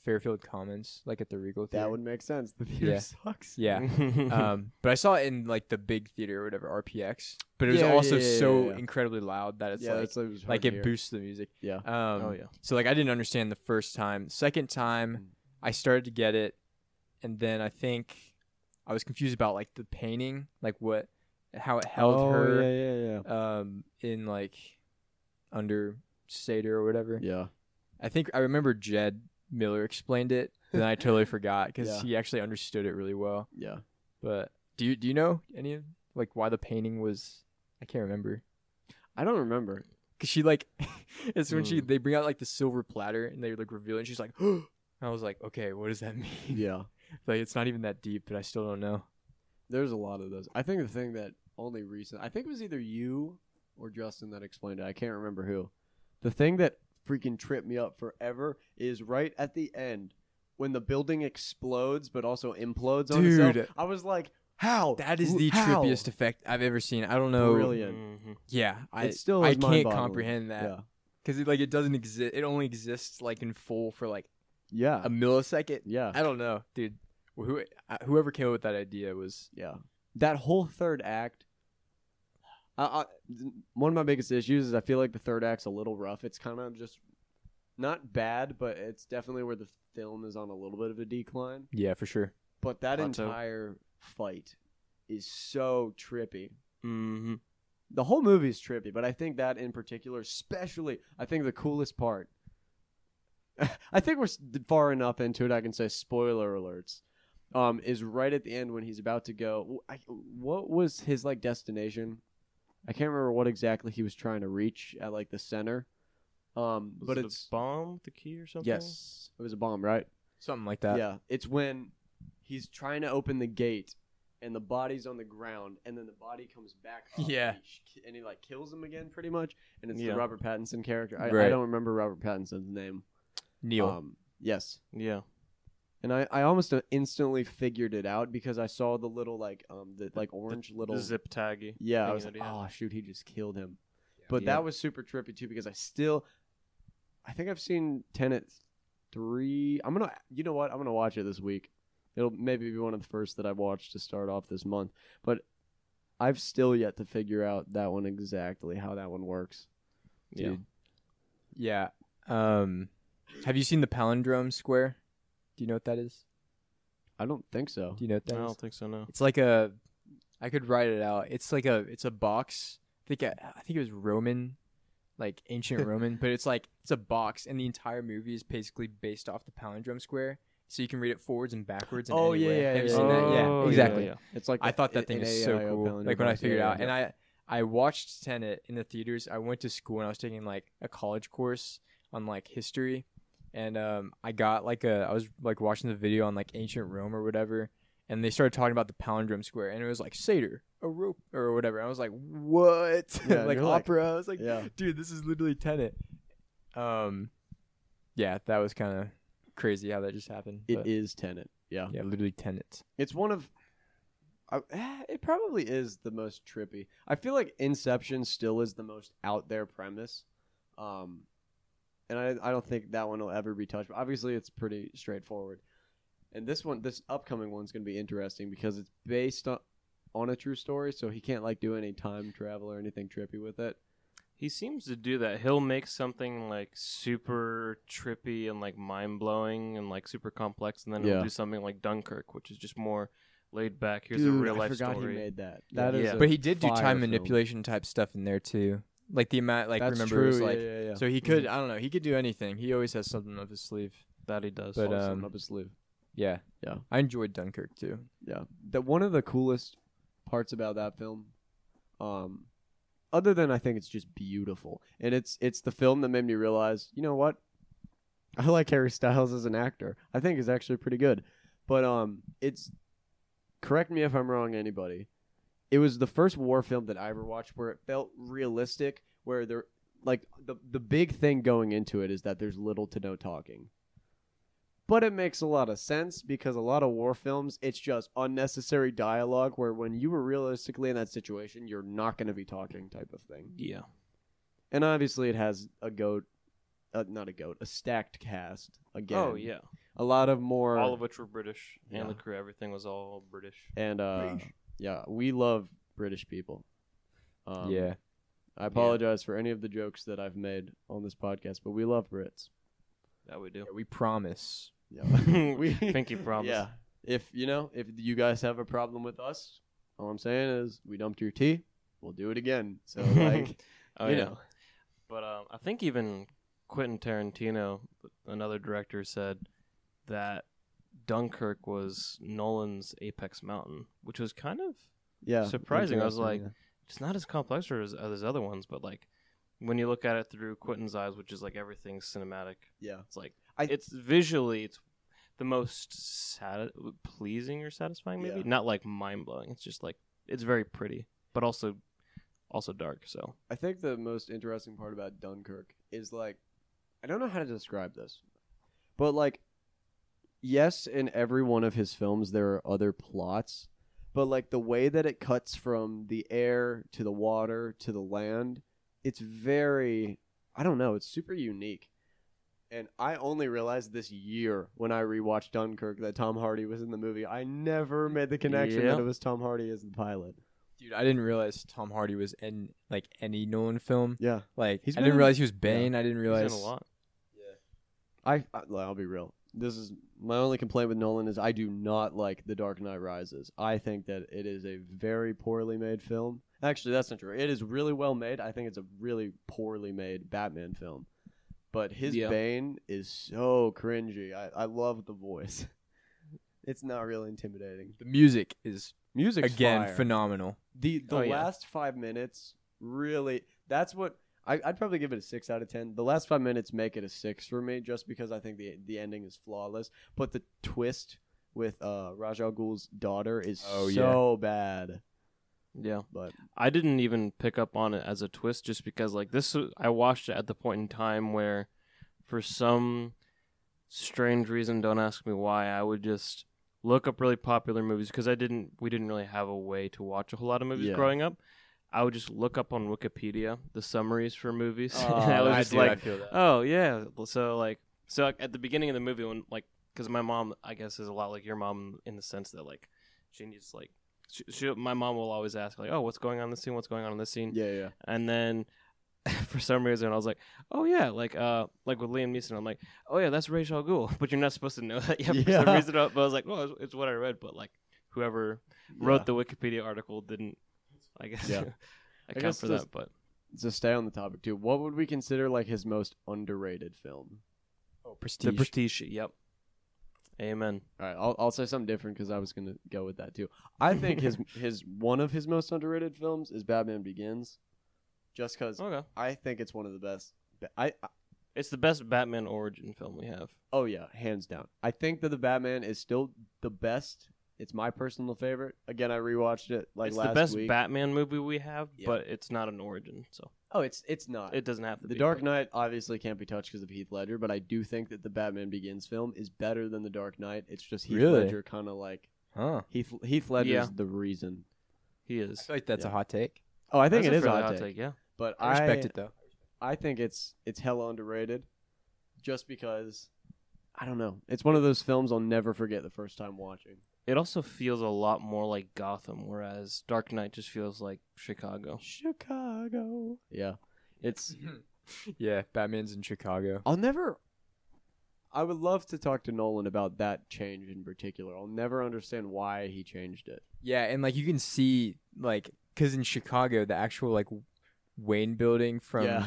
S3: Fairfield Commons, like at the Regal. Theater.
S1: That would make sense. The theater
S3: Yeah.
S1: sucks.
S3: Yeah.
S1: Mm-hmm.
S3: um, but I saw it in like the big theater or whatever RPX. But it was
S1: Yeah, yeah,
S3: also
S1: yeah, yeah,
S3: so
S1: yeah.
S3: incredibly loud that it's
S1: yeah,
S3: like
S1: that's like, it was hard
S3: like
S1: to
S3: it
S1: hear.
S3: boosts the music.
S1: Yeah.
S3: Um,
S2: Oh, yeah.
S3: So like I didn't understand the first time. Second time, I started to get it, and then I think I was confused about like the painting, like what, how it held
S1: oh,
S3: her,
S1: Yeah, yeah,
S3: um, in like under Seder or whatever.
S1: yeah. Yeah.
S3: I think I remember Jed Miller explained it, then I totally forgot because
S1: Yeah.
S3: he actually understood it really well.
S1: Yeah.
S3: But do you do you know any of like why the painting was? I can't remember.
S1: I don't remember.
S3: Cause she like, it's when she
S2: Hmm.
S3: they bring out like the silver platter and they like reveal it. And she's like, and I was like, okay, what does that mean?
S1: Yeah.
S3: Like it's not even that deep, but I still don't know.
S1: There's a lot of those. I think the thing that only recent, I think it was either you or Justin that explained it. I can't remember who. The thing that freaking tripped me up forever is right at the end when the building explodes but also implodes on
S3: Dude.
S1: itself. I was like, how?
S3: That is
S1: Wh-
S3: the
S1: how?
S3: trippiest effect I've ever seen. I don't know.
S1: Brilliant. Yeah.
S2: Mhm.
S3: Yeah, I
S1: It still
S3: I
S1: is
S3: can't
S1: mind-boggling.
S3: comprehend that
S1: Yeah.
S3: because it, like it doesn't exist. It only exists like in full for like
S1: Yeah.
S3: a millisecond.
S1: yeah.
S3: I don't know, dude. Wh- Who uh, whoever came up with that idea was
S1: Yeah. That whole third act. I, I, th- one of my biggest issues is I feel like the third act's a little rough. It's kind of just not bad, but it's definitely where the film is on a little bit of a decline.
S3: yeah for sure.
S1: But that
S2: Plateau.
S1: entire fight is so trippy.
S2: Mhm.
S1: The whole movie is trippy, but I think that in particular, especially, I think the coolest part. I think we're s- far enough into it. I can say spoiler alerts. Um, is right at the end when he's about to go. I, what was his like destination? I can't remember what exactly he was trying to reach at like the center. Um,
S2: Was
S1: but
S2: it a
S1: it's
S2: bomb with the key or something.
S1: yes, it was a bomb, right?
S3: Something like that.
S1: Yeah, it's when he's trying to open the gate and the body's on the ground, and then the body comes back. Up
S3: Yeah.
S1: and he, sh- and he like kills him again, pretty much. And it's
S2: Yeah.
S1: the Robert Pattinson character. I, I
S3: Right.
S1: don't remember Robert Pattinson's name.
S3: Neil.
S1: Um, yes,
S2: Yeah.
S1: and I, I almost uh, instantly figured it out because I saw the little like um the like orange
S2: The
S1: little
S2: zip taggy.
S1: yeah. I
S2: thingy
S1: was
S2: that
S1: like,
S2: he had.
S1: oh shoot, he just killed him. But
S2: Yeah.
S1: that was super trippy too because I still, I think I've seen Tenet three. I'm gonna, you know what? I'm gonna watch it this week. It'll maybe be one of the first that I watch to start off this month. But I've still yet to figure out that one exactly how that one works.
S2: Yeah.
S1: Dude.
S3: yeah. Um, have you seen the palindrome square? Do you know what that is?
S1: I don't think so.
S3: Do you know what
S2: I
S3: that is?
S2: don't think so. No.
S3: It's like a, I could write it out. It's like a, it's a box. I think uh, I, I think it was Roman, like ancient Roman, but it's like it's a box, and the entire movie is basically based off the palindrome square. So you can read it forwards and backwards. And
S1: Oh,
S3: any
S1: yeah,
S3: way.
S1: yeah,
S3: Have you
S1: yeah,
S3: seen that?
S1: Oh,
S3: Yeah,
S1: yeah,
S3: exactly.
S2: yeah.
S1: It's like
S3: I thought
S1: a-
S3: that thing
S1: an
S3: is so
S1: AIO
S3: cool.
S1: palindrome.
S3: Like when I
S1: Yeah,
S3: figured it
S1: yeah,
S3: out,
S1: yeah.
S3: and I I watched Tenet in the theaters. I went to school and I was taking like a college course on like history, and um, I got like a I was like watching the video on like ancient Rome or whatever, and they started talking about the palindrome square, and it was like satyr, a rope or whatever. I was like, what?
S1: Yeah,
S3: like
S1: you're like-
S3: opera. I was like,
S1: yeah.
S3: dude, this is literally Tenet. Um, yeah, that was kind of crazy how that just happened.
S1: It
S3: but,
S1: is Tenet. Yeah.
S3: Yeah, literally Tenet.
S1: It's one of. I, eh, it probably is the most trippy. I feel like Inception still is the most out there premise, um, and I, I don't think that one will ever be touched. But obviously, it's pretty straightforward. And this one, this upcoming one's going to be interesting because it's based on on a true story, so he can't like do any time travel or anything trippy with it.
S2: He seems to do that. He'll make something like super trippy and like mind blowing and like super complex, and then
S1: Yeah.
S2: he'll do something like Dunkirk, which is just more laid back. Here's
S1: Dude,
S2: a real life
S1: I forgot
S2: story.
S1: he made that. That is
S2: Yeah.
S1: a
S3: but he did do
S1: fire
S3: time
S1: film.
S3: manipulation type stuff in there too. Like the amount, like
S1: That's
S3: remember,
S1: true.
S3: it was
S1: yeah,
S3: like
S1: yeah, yeah.
S3: so he could. I don't know. He could do anything. He always has something up his sleeve.
S2: that he does.
S3: But,
S1: Awesome,
S3: um,
S1: up his sleeve.
S3: Yeah,
S1: Yeah.
S3: I enjoyed Dunkirk too.
S1: Yeah. That one of the coolest parts about that film, um, other than I think it's just beautiful, and it's it's the film that made me realize, you know what, I like Harry Styles as an actor. I think he's actually pretty good, but um, it's correct me if I'm wrong, anybody. It was the first war film that I ever watched where it felt realistic, where there like the the big thing going into it is that there's little to no talking but it makes a lot of sense because a lot of war films it's just unnecessary dialogue where when you were realistically in that situation you're not going to be talking type of thing
S2: yeah,
S1: and obviously it has a goat uh, not a goat a stacked cast again
S2: oh yeah,
S1: a lot of more
S2: all of which were British, and the
S1: Yeah.
S2: crew, everything was all British.
S1: and uh yeah we love british people um,
S3: yeah,
S1: i apologize for any of the jokes that i've made on this podcast but we love brits
S2: That we do.
S3: Yeah, we promise.
S1: Yeah. we
S2: Pinky promise.
S1: Yeah. If you know, if you guys have a problem with us, all I'm saying is we dumped your tea. We'll do it again. So like,
S2: oh,
S1: you
S2: yeah.
S1: know,
S2: But um, I think even Quentin Tarantino, another director, said that Dunkirk was Nolan's apex mountain, which was kind of
S1: yeah,
S2: surprising. I was like,
S3: Interesting,
S2: it's not as complex or as, as his other ones, but like when you look at it through Quentin's eyes, which is like everything's cinematic,
S1: yeah.
S2: it's like
S1: I-
S2: it's visually it's the most sati- pleasing or satisfying, maybe
S1: Yeah.
S2: not like mind blowing. It's just like it's very pretty, but also also dark. So
S1: I think the most interesting part about Dunkirk is like I don't know how to describe this. But like yes, in every one of his films there are other plots, but like the way that it cuts from the air to the water to the land, it's very I don't know, it's super unique. And I only realized this year when I rewatched Dunkirk that Tom Hardy was in the movie. I never made the connection
S2: Yeah.
S1: that it was Tom Hardy as the pilot.
S3: Dude, I didn't realize Tom Hardy was in like any Nolan film.
S1: Yeah.
S3: Like
S1: He's
S3: I didn't
S1: been-
S3: realize he was Bane. I didn't
S2: he's in
S3: realize
S2: a lot.
S1: I, I like, I'll be real. This is my only complaint with Nolan is I do not like The Dark Knight Rises. I think that it is a very poorly made film. Actually, that's not true. It is really well made. I think it's a really poorly made Batman film. But his
S2: Yeah.
S1: Bane is so cringy. I, I love the voice. It's not really intimidating.
S3: the music is
S1: Music
S3: again phenomenal.
S1: the the
S2: Oh, yeah.
S1: last five minutes really that's what I, I'd probably give it a six out of ten. The last five minutes make it a six for me, just because I think the the ending is flawless. But the twist with uh, Raj Al Ghul's daughter is
S3: Oh,
S1: so bad.
S2: Yeah.
S1: But
S2: I didn't even pick up on it as a twist just because like this I watched it at the point in time where for some strange reason don't ask me why I would just look up really popular movies because I didn't we didn't really have a way to watch a whole lot of movies
S1: Yeah.
S2: growing up. I would just look up on Wikipedia the summaries for movies.
S3: Uh,
S1: Oh,
S2: and I was
S1: I
S2: just
S1: do,
S2: like
S1: I
S3: feel that.
S2: Oh yeah. Well, So like, so like, at the beginning of the movie, when like, because my mom, I guess, is a lot like your mom in the sense that like, she needs like, she, she, my mom will always ask like, oh, what's going on in this scene? What's going on in this scene?
S1: yeah, yeah,
S2: And then, for some reason, I was like, oh yeah, like uh, like with Liam Neeson, I'm like, oh yeah, that's Rachel Ghoul, but you're not supposed to know that yet. For some
S1: Yeah.
S2: reason, I, but I was like, well, it's, it's what I read, but like, whoever wrote the Wikipedia article didn't, I guess,
S1: Yeah.
S2: account
S1: guess
S2: for
S1: this-
S2: that. But
S1: the to stay on the topic too. What would we consider like his most underrated film?
S3: Oh, prestige.
S2: the prestige, yep. Amen.
S1: All right, I'll, I'll say something different because I was gonna go with that too. I think his his one of his most underrated films is Batman Begins, just because
S2: Okay.
S1: I think it's one of the best. I, I
S2: It's the best Batman origin film we have.
S1: oh yeah, hands down. I think that the Batman is still the best. It's my personal favorite. Again, I rewatched it like
S2: it's
S1: last
S2: the best
S1: week.
S2: Batman movie we have,
S1: Yeah.
S2: but it's not an origin, so
S1: oh, it's it's not.
S2: it doesn't have to
S1: the
S2: be.
S1: Dark
S2: but-
S1: Knight obviously can't be touched because of Heath Ledger, but I do think that the Batman Begins film is better than the Dark Knight. It's just Heath
S3: Really?
S1: Ledger kind of like
S3: Huh.
S1: Heath Heath Ledger's
S2: Yeah.
S1: the reason.
S2: He
S3: I
S2: is.
S3: feel like that's
S1: Yeah.
S3: a hot take.
S1: Oh, I think it
S2: That's a
S1: is a
S2: fairly
S1: hot
S2: hot
S1: take,
S2: yeah.
S1: but
S3: I respect it though.
S1: I think it's it's hella underrated, just because I don't know. It's one of those films I'll never forget the first time watching.
S2: It also feels a lot more like Gotham, whereas Dark Knight just feels like Chicago.
S1: Chicago. Yeah. It's
S3: yeah, Batman's in Chicago.
S1: I'll never I would love to talk to Nolan about that change in particular. I'll never understand why he changed it.
S3: Yeah, and like you can see like cuz in Chicago the actual like Wayne building from
S1: Yeah.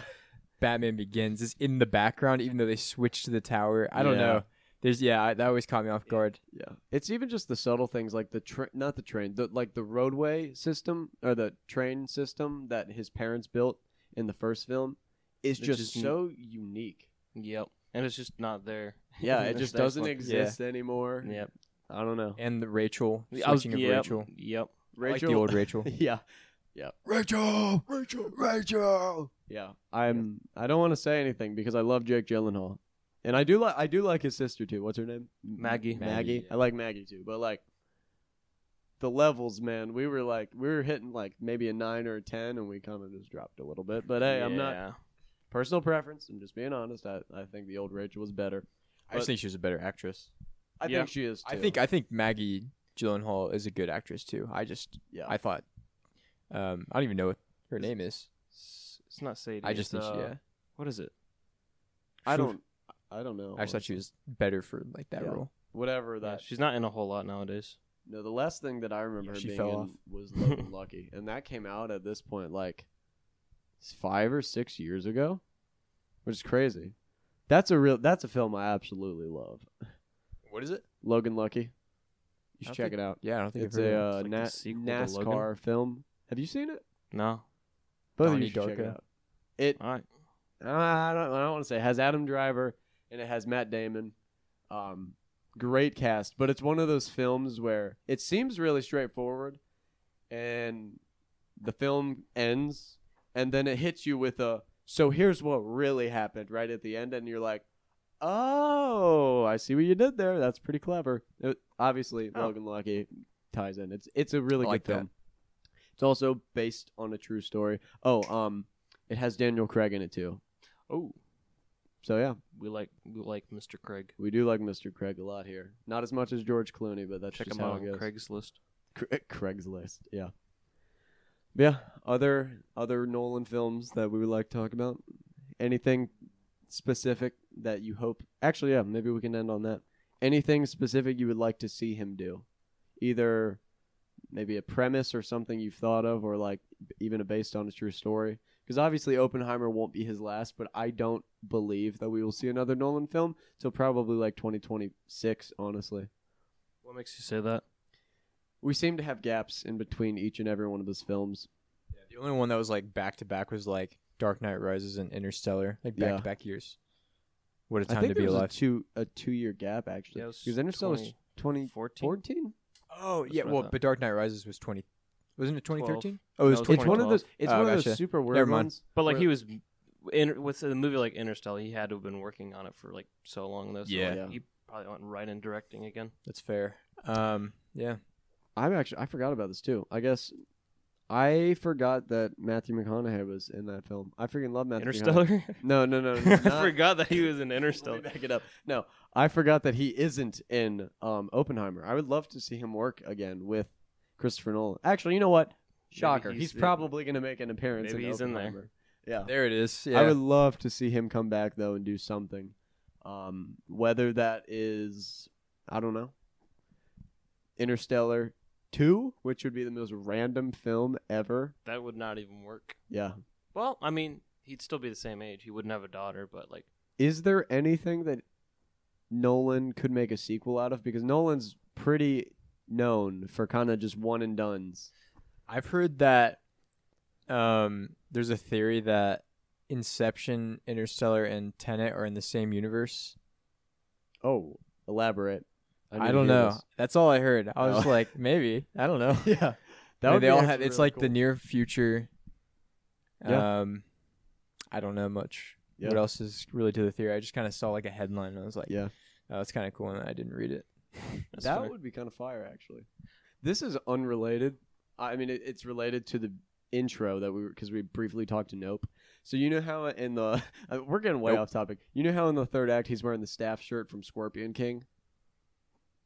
S3: Batman Begins is in the background even though they switched to the tower. I don't
S1: Yeah.
S3: know. There's yeah, I, that always caught me off guard.
S1: Yeah. It's even just the subtle things like the tra- not the train, the like the roadway system or the train system that his parents built in the first film is
S2: It's
S1: just,
S2: just-
S1: so unique.
S2: Yep. And it's just not there.
S1: Yeah, it
S2: That's
S1: just doesn't
S2: excellent.
S1: exist anymore.
S2: Yep.
S1: I don't know.
S3: And the Rachel
S2: I was,
S3: switching of
S2: yep,
S3: Rachel.
S2: Yep.
S3: I like the old Rachel.
S1: yeah. Yeah. Rachel, Rachel, Rachel. Yeah. I'm I don't want to say anything because I love Jake Gyllenhaal. And I do like I do like his sister too. What's her name? M-
S2: Maggie.
S1: Maggie.
S3: Maggie, yeah.
S1: I like Maggie too, but like the levels, man, we were like we were hitting like maybe a 9 or a 10 and we kind of just dropped a little bit. But hey, I'm not
S2: Yeah.
S1: personal preference, I'm just being honest. I, I think the old Rachel was better.
S3: I just think she was a better actress.
S1: I
S2: Yeah.
S1: think she is too.
S3: I think I think Maggie Gyllenhaal is a good actress too. I just
S1: yeah.
S3: I thought um I don't even know what her name is.
S2: It's it's not Sadie.
S3: I just
S2: it's,
S3: think she,
S2: uh,
S3: yeah.
S2: What is it?
S1: I
S2: Shuf-
S1: don't I don't know.
S3: I just thought she
S1: honestly.
S3: was better for like that
S1: Yeah.
S3: role.
S1: whatever
S2: Yeah,
S1: that.
S2: she's not in a whole lot nowadays.
S1: No, the last thing that I remember
S3: Yeah,
S1: her
S3: she
S1: being
S3: fell
S1: in
S3: off.
S1: was Logan Lucky, and that came out at this point like s- five or six years ago, which is crazy. That's a real. That's a film I absolutely love.
S3: What is it?
S1: Logan Lucky. You
S3: I don't
S1: should check it
S3: think-
S1: out.
S3: Yeah, I don't think
S1: It's
S3: I've heard
S1: a
S3: of
S1: uh,
S2: It's like the
S1: na-
S2: sequel to Logan.
S1: NASCAR film. Have you seen it?
S2: No.
S1: Both of
S3: Donnie
S1: you should check it
S3: Darko.
S1: out. It
S2: All right.
S1: Uh, I don't, I don't want to say it has Adam Driver and it has Matt Damon. Um, great cast, but it's one of those films where it seems really straightforward, and the film ends, and then it hits you with a so here's what really happened right at the end, and you're like, oh, I see what you did there. That's pretty clever. It- obviously,
S2: Oh.
S1: Logan Lucky ties in. It's it's a really
S3: I like
S1: good
S3: that.
S1: film. It's also based on a true story. Oh, um, it has Daniel Craig in it too.
S2: Oh,
S1: So yeah,
S2: we like we like Mr. Craig.
S1: we do like Mr. Craig a lot here. Not as much as George Clooney, but that's
S2: Check
S1: just
S2: him
S1: how
S2: out on
S1: it goes.
S2: Craigslist.
S1: Cra- Craigslist, yeah. But yeah, other other Nolan films that we would like to talk about. Anything specific that you hope? Actually, yeah, maybe we can end on that. Anything specific you would like to see him do? Either maybe a premise or something you've thought of, or like even a based on a true story. Because obviously Oppenheimer won't be his last, but I don't believe that we will see another Nolan film till probably like 2026. Honestly,
S2: What makes you say that?
S1: we seem to have gaps in between each and every one of his films.
S3: Yeah, the only one that was like back to back was like Dark Knight Rises and Interstellar, like back
S1: Yeah.
S3: to back years. What a
S1: I
S3: time
S1: think
S3: to be
S1: there was
S3: alive!
S1: a two a two year gap actually
S2: Yeah, it was
S1: because Interstellar was 2014.
S2: 14?
S3: oh
S2: That's
S3: yeah,
S2: what I
S3: well,
S2: thought.
S3: but Dark Knight Rises was twenty. Wasn't it twenty thirteen? Oh,
S2: No,
S3: it
S2: it was
S3: was
S1: It's one
S3: 2012.
S1: of those. It's
S3: Oh,
S1: one of
S3: gotcha.
S1: those super weird
S3: Never mind.
S1: ones.
S2: But like
S1: where-
S2: he was in with the movie like Interstellar, he had to have been working on it for like so long though. So
S3: Yeah.
S2: like,
S1: Yeah.
S2: he probably went right in directing again.
S3: That's fair. Um, yeah,
S1: I'm actually. I forgot about this too. I guess I forgot that Matthew McConaughey was in that film. I freaking love Matthew. McConaughey.
S2: Interstellar.
S1: No, no, no. no
S2: I
S1: not-
S2: forgot that he was in
S1: Let
S2: Interstellar.
S1: me back it up. No, I forgot that he isn't in um, Oppenheimer. I would love to see him work again with Christopher Nolan. Actually, you know what? Shocker.
S2: he's
S1: He's,
S2: in-
S1: probably going to make an appearance.
S2: Maybe
S1: in
S2: he's in there.
S1: Oppenheimer. Yeah.
S3: there it is. Yeah,
S1: I would love to see him come back though and do something. Um, whether that is, I don't know, Interstellar two, which would be the most random film ever.
S2: That would not even work.
S1: Yeah.
S2: Well, I mean, he'd still be the same age. He wouldn't have a daughter, but like
S1: Is there anything that Nolan could make a sequel out of? Because Nolan's pretty known for kind of just one and duns.
S3: I've heard that. Um, there's a theory that Inception, Interstellar, and Tenet are in the same universe.
S1: Oh, elaborate. need
S3: I,
S1: to
S3: don't
S1: hear
S3: know. That's all I heard. I was
S1: Oh.
S3: just like, maybe I don't know.
S1: this. Yeah.
S3: I mean,
S1: would
S3: they
S1: be
S3: all
S1: actually
S3: have. It's
S1: really
S3: like the
S1: cool.
S3: near future.
S1: Yeah.
S3: Um, I don't know much.
S1: Yeah.
S3: What else is really to the theory? I just kind of saw like a headline and I was like,
S1: Yeah.
S3: oh, that's kind of cool, and I didn't read it.
S2: that's
S1: that
S2: fine.
S1: would be kind of fire, actually. This is unrelated. I mean, it, it's related to the intro that we because we briefly talked to Nope. So you know how in the uh, we're getting way
S3: Nope.
S1: off topic. You know how in the third act he's wearing the staff shirt from Scorpion King,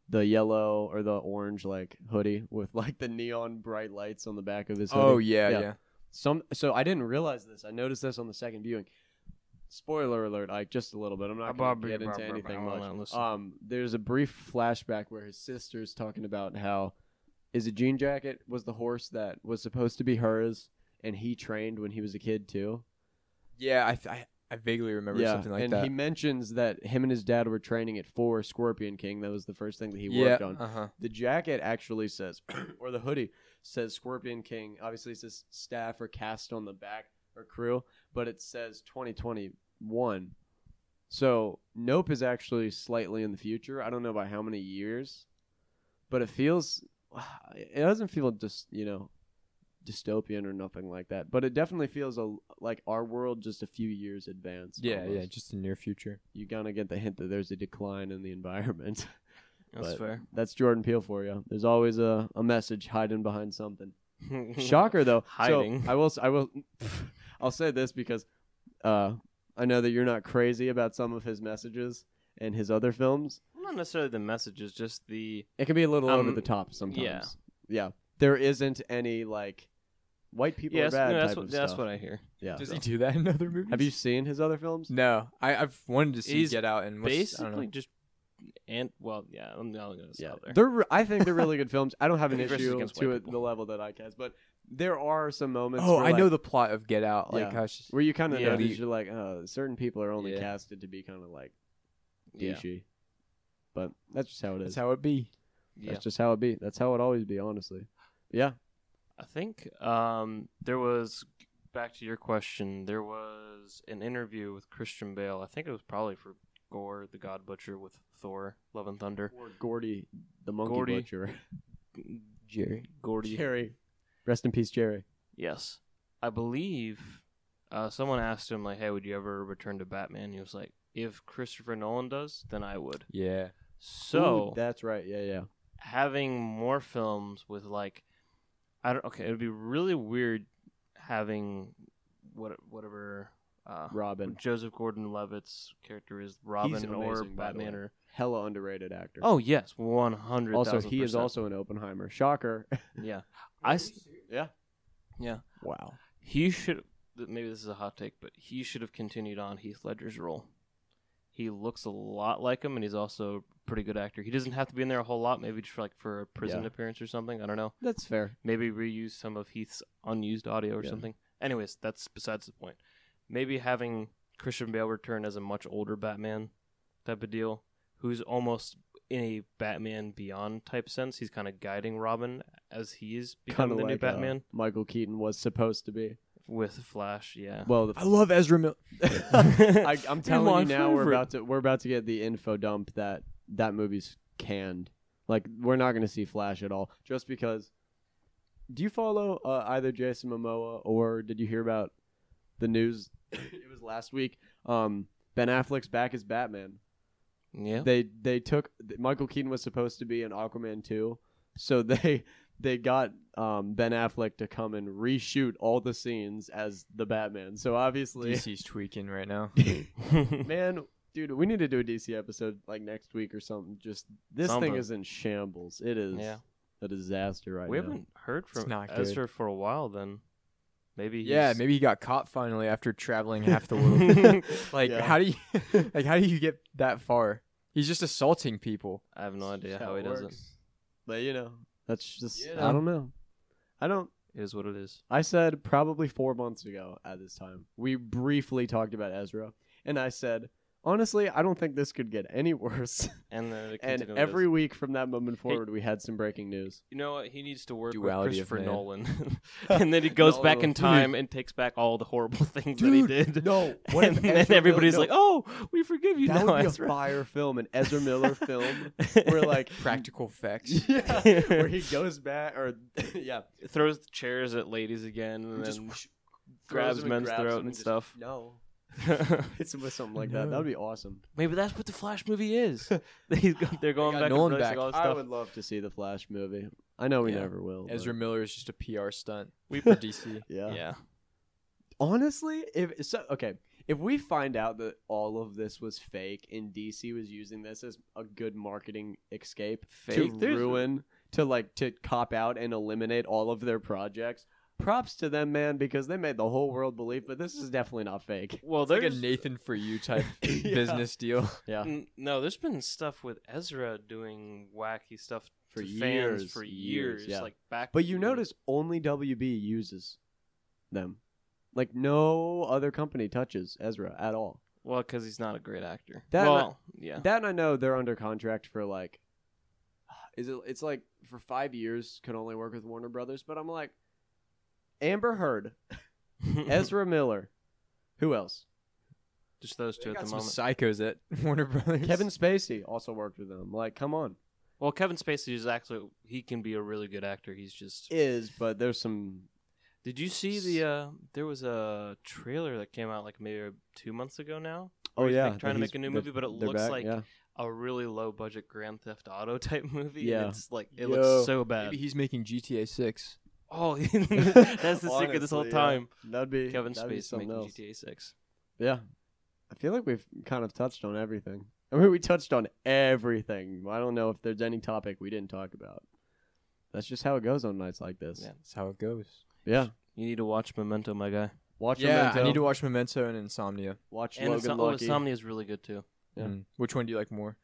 S1: the yellow or the orange like hoodie with like the neon bright lights on the back of his. Hoodie?
S3: Oh yeah,
S1: Yeah.
S3: yeah.
S1: Some so I didn't realize this. I noticed this on the second viewing. Spoiler alert, Ike, just a little bit. I'm not going to
S2: Bobby,
S1: get into
S2: Bobby,
S1: anything
S2: I
S1: much.
S2: wanna listen.
S1: Um, there's a brief flashback where his sister's talking about how is it Jean Jacket was the horse that was supposed to be hers, and he trained when he was a kid too.
S3: Yeah, I, th- I I vaguely remember something like
S1: and
S3: that.
S1: he mentions that him and his dad were training it for Scorpion King. That was the first thing that he
S3: yeah,
S1: worked on.
S3: uh huh.
S1: The jacket actually says, or the hoodie says Scorpion King. Obviously, it says staff or cast on the back or crew, but it says 2021. So Nope is actually slightly in the future. I don't know by how many years, but it feels, it doesn't feel just, you know, dystopian or nothing like that. But it definitely feels a, like our world just a few years advanced.
S3: Yeah, yeah,
S1: almost.
S3: just the near future.
S1: You kind of get the hint that there's a decline in the environment.
S2: That's
S1: but- That's Jordan Peele for you. There's always a, a message hiding behind something.
S2: fair.
S1: Shocker though.
S2: Hiding.
S1: So I will s- I will I'll say this because uh I know that you're not crazy about some of his messages and his other films.
S2: Not necessarily the messages, just the
S1: It can be a little
S2: Um,
S1: over the top sometimes.
S2: yeah.
S1: Yeah. There isn't any like white people
S2: yeah,
S1: are
S2: that's,
S1: bad.
S2: no, that's
S1: type
S2: what
S1: of
S2: that's
S1: stuff.
S2: what I hear.
S1: Yeah.
S3: Does he do that in other movies?
S1: Have you seen his other films?
S3: No, I, I've wanted to see
S2: He's
S3: Get Out and what's, I don't
S2: Basically,
S3: know.
S2: just and well, yeah, I'm not gonna
S1: Yeah,
S2: stop there.
S1: they're. re- I think they're really good films. I don't have an
S2: Versus
S1: issue
S2: against
S1: to
S2: white
S1: it,
S2: people.
S1: the level that I cast, but there are some moments.
S3: Oh,
S1: where,
S3: I know
S1: like,
S3: the plot of Get Out. Like,
S1: Yeah.
S3: gosh,
S1: where you kind of
S2: Yeah.
S1: notice you're like, oh, certain people are only
S3: Yeah.
S1: casted to be kind of like
S2: Yeah,
S1: douchey, but that's just how it
S3: that's
S1: is.
S3: how it be.
S2: yeah.
S1: That's just how it be. That's how it always be, honestly. Yeah,
S2: I think um, there was back to your question. There was an interview with Christian Bale. I think it was probably for Gore the God Butcher with Thor Love and Thunder.
S1: or Gordy, the monkey
S2: Gordy.
S1: butcher,
S3: Jerry.
S2: Gordy.
S1: Jerry. Rest in peace, Jerry.
S2: Yes, I believe uh, someone asked him like, "Hey, would you ever return to Batman?" He was like, "If Christopher Nolan does, then I would."
S3: Yeah.
S2: So
S1: Ooh, that's right. Yeah, yeah.
S2: having more films with like I don't okay, it would be really weird having what whatever uh
S1: Robin,
S2: Joseph Gordon-Levitt's character is Robin
S1: amazing,
S2: or
S1: by the
S2: Batman
S1: way.
S2: or
S1: hella underrated actor.
S2: Oh yes, 100
S1: also he is also an Oppenheimer. Shocker.
S2: Yeah. I s-
S1: yeah.
S2: yeah.
S1: Wow.
S2: He should th- maybe this is a hot take, but he should have continued on Heath Ledger's role. He looks a lot like him and he's also a pretty good actor. He doesn't have to be in there a whole lot, maybe just for like for a prison
S1: Yeah.
S2: appearance or something, I don't know.
S1: That's fair.
S2: maybe reuse some of Heath's unused audio or
S1: Yeah.
S2: something. Anyways, that's besides the point. Maybe having Christian Bale return as a much older Batman type of deal, who's almost in a Batman Beyond type sense. He's kind of guiding Robin as he is
S1: Kind
S2: becoming
S1: of
S2: the
S1: like
S2: new Batman
S1: uh, Michael Keaton was supposed to be.
S2: with Flash. Yeah.
S1: Well,
S3: I love Ezra Miller.
S1: I, I'm telling
S2: my
S1: you now, we're
S2: favorite.
S1: about to we're about to get the info dump that that movie's canned. Like we're not going to see Flash at all, just because. Do you follow uh, either Jason Momoa or did you hear about the news? it was last week. Um, ben Affleck's back as Batman.
S2: yeah.
S1: They they took Michael Keaton was supposed to be in Aquaman 2, so they they got um, Ben Affleck to come and reshoot all the scenes as the Batman. So obviously,
S3: DC's tweaking right now.
S1: man, dude, we need to do a DC episode like next week or something. Just this
S2: Something.
S1: thing is in shambles. It is
S2: Yeah.
S1: a disaster right
S2: we
S1: now.
S2: haven't heard from
S3: not good.
S2: Ezra for a while. Then maybe
S3: yeah,
S2: he's-
S3: maybe he got caught finally after traveling half the world. like,
S1: Yeah.
S3: how do you, like, how do you get that far? He's just assaulting people.
S2: I have no idea
S1: That's
S2: how he does it.
S1: works. But you know, that's just
S3: Yeah.
S1: I don't know. I don't.
S2: It is what it is.
S1: I said probably four months ago at this time. We briefly talked about Ezra, and I said, honestly, I don't think this could get any worse.
S2: And then it
S1: and
S2: continues.
S1: every week from that moment forward, we had some breaking news.
S2: You know what? He needs to work with
S3: Duality of
S2: Christopher
S3: man.
S2: Nolan, and then he goes back in
S1: Dude.
S2: time and takes back all the horrible things that he did.
S1: No,
S2: and then everybody's like, "Oh, we forgive you."
S1: that
S2: now,
S1: would be
S2: Ezra."
S1: a fire film, an Ezra Miller film, where like
S3: Practical effects.
S1: yeah, where he goes back, or yeah,
S2: throws the chairs at ladies again, and
S1: just
S2: then
S1: throws
S2: grabs
S1: him and
S2: men's
S1: grabs him
S2: throat
S1: and
S2: and
S1: just-
S2: stuff.
S1: no, hits him with something like that. That
S3: No.
S1: would be awesome.
S2: Maybe that's what the Flash movie is. He's go- they're going
S3: got
S2: back
S3: Nolan
S2: and releasing
S3: back.
S2: all this
S1: I
S2: stuff.
S1: would love to see the Flash movie. I know we
S2: Yeah.
S1: never will. but-
S3: Ezra Miller is just a PR stunt
S2: We-
S3: for DC.
S1: Yeah.
S2: yeah.
S1: Honestly, if so, okay, if we find out that all of this was fake and DC was using this as a good marketing escape to
S2: Fake? There's-
S1: ruin, to like to cop out and eliminate all of their projects, props to them, man, because they made the whole world believe. But this is definitely not fake.
S2: Well,
S3: It's like a
S2: there's
S3: Nathan for you type
S1: Yeah.
S3: business deal.
S1: Yeah,
S2: N- no. There's been stuff with Ezra doing wacky stuff
S1: For
S2: to
S1: years,
S2: fans for
S1: years,
S2: years,
S1: yeah.
S2: like back.
S1: but you
S2: when-
S1: notice only WB uses them. Like no other company touches Ezra at all.
S2: Well, because he's not a great actor.
S1: That and I-
S2: well, yeah.
S1: That and I know they're under contract for like, is it? It's like for five years can only work with Warner Brothers. But I'm like, Amber Heard, Ezra Miller, who else?
S2: Just those two
S3: They
S2: at
S3: got
S2: the
S3: some
S2: moment.
S3: psychos at Warner Brothers.
S1: Kevin Spacey also worked with them. Like, come on,
S2: well, Kevin Spacey is actually he can be a really good actor. He's just.
S1: is but there's some.
S2: Did you see the? uh There was a trailer that came out like maybe two months ago now.
S1: Oh
S2: he's
S1: yeah,
S2: like trying to
S1: he's-
S2: make a new
S1: they're-
S2: movie, but it
S1: they're
S2: looks
S1: back,
S2: like
S1: yeah.
S2: a really low budget Grand Theft Auto type movie. and
S1: Yeah.
S2: it's like
S1: Yo.
S2: it looks so bad.
S3: Maybe he's making GTA Six.
S2: oh, that's the secret this whole
S1: Honestly, yeah.
S2: time.
S1: That'd be
S2: Kevin
S1: that'd be
S2: Spacey
S1: something
S2: making
S1: else.
S2: GTA Six.
S1: Yeah, I feel like we've kind of touched on everything. I mean, we touched on everything. I don't know if there's any topic we didn't talk about. That's just how it goes on nights like this.
S2: Yeah.
S3: That's how it goes.
S1: yeah.
S2: You need to watch Memento, my guy.
S1: Watch
S3: yeah,
S1: Memento.
S3: I need to watch Memento and Insomnia.
S1: watch
S2: And
S1: Logan
S2: Insom- oh,
S1: Lucky.
S2: Insomnia is really good too.
S1: Yeah.
S3: Mm. Which one do you like more?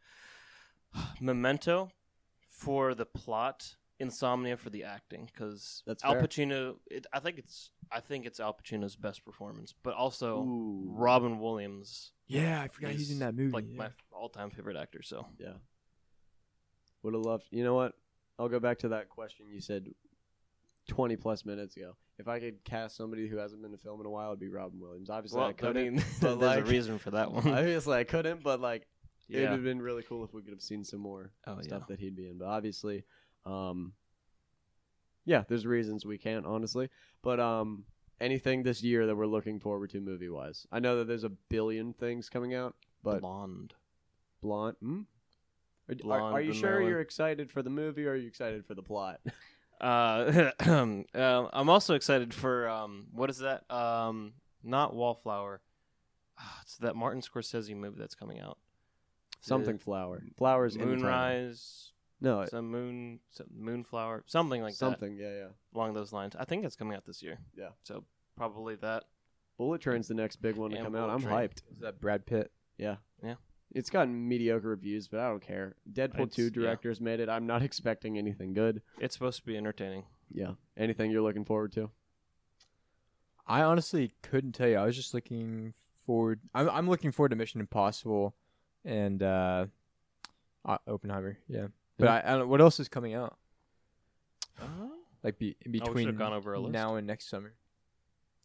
S2: Memento for the plot, Insomnia for the acting, because
S1: That's
S2: Al
S1: fair.
S2: Pacino. It, I think it's I think it's Al Pacino's best performance, but also
S1: Ooh.
S2: Robin Williams.
S3: Yeah, I
S2: is, Like my all-time favorite actor. So
S1: Would have loved. You know what? I'll go back to that question you said 20 plus minutes ago. If I could cast somebody who hasn't been to film in a while, it'd be Robin Williams. Obviously,
S2: well,
S1: I
S2: I
S1: couldn't.
S2: mean,
S1: but,
S2: there's
S1: like-
S2: a reason for that one.
S1: obviously, I couldn't, but like, it would
S2: yeah.
S1: have been really cool if we could have seen some more
S2: Oh yeah.
S1: stuff that he'd be in. But obviously, um, yeah, there's reasons we can't, honestly. But um, anything this year that we're looking forward to movie wise, I know that there's a billion things coming out, but
S2: Blonde.
S1: Blonde. Hmm? Are, are-
S2: Blonde
S1: are you
S2: and
S1: sure
S2: Merlin.
S1: you're excited for the movie or are you excited for the plot?
S2: Uh, um, I'm also excited for um, what is that? Um, not Wallflower. Ah, It's that Martin Scorsese movie that's coming out.
S1: Something flower. Flowers in the title.
S2: Moonrise.
S1: No, it-
S2: Some moon. Some moonflower. Something like that.
S1: something. Yeah, yeah.
S2: along those lines. I think it's coming out this year.
S1: Yeah.
S2: So probably that.
S1: Bullet Train's the next big one to
S2: And
S1: come out.
S2: Bullet
S1: I'm
S2: Train.
S1: hyped.
S3: Is that Brad Pitt?
S1: Yeah.
S2: Yeah.
S1: It's gotten mediocre reviews, but I don't care. Deadpool
S2: It's-
S1: 2
S2: yeah.
S1: directors made it. I'm not expecting anything good.
S2: It's supposed to be entertaining.
S1: Yeah. Anything you're looking forward to?
S3: I honestly couldn't tell you. I was just looking forward. I'm I'm looking forward to Mission Impossible, and uh, O- Oppenheimer. Yeah, but
S1: Yeah.
S3: I, I don't. What else is coming out?
S1: Uh-huh.
S3: Like be,
S2: should've
S3: between
S2: gone over a list.
S3: now and next summer.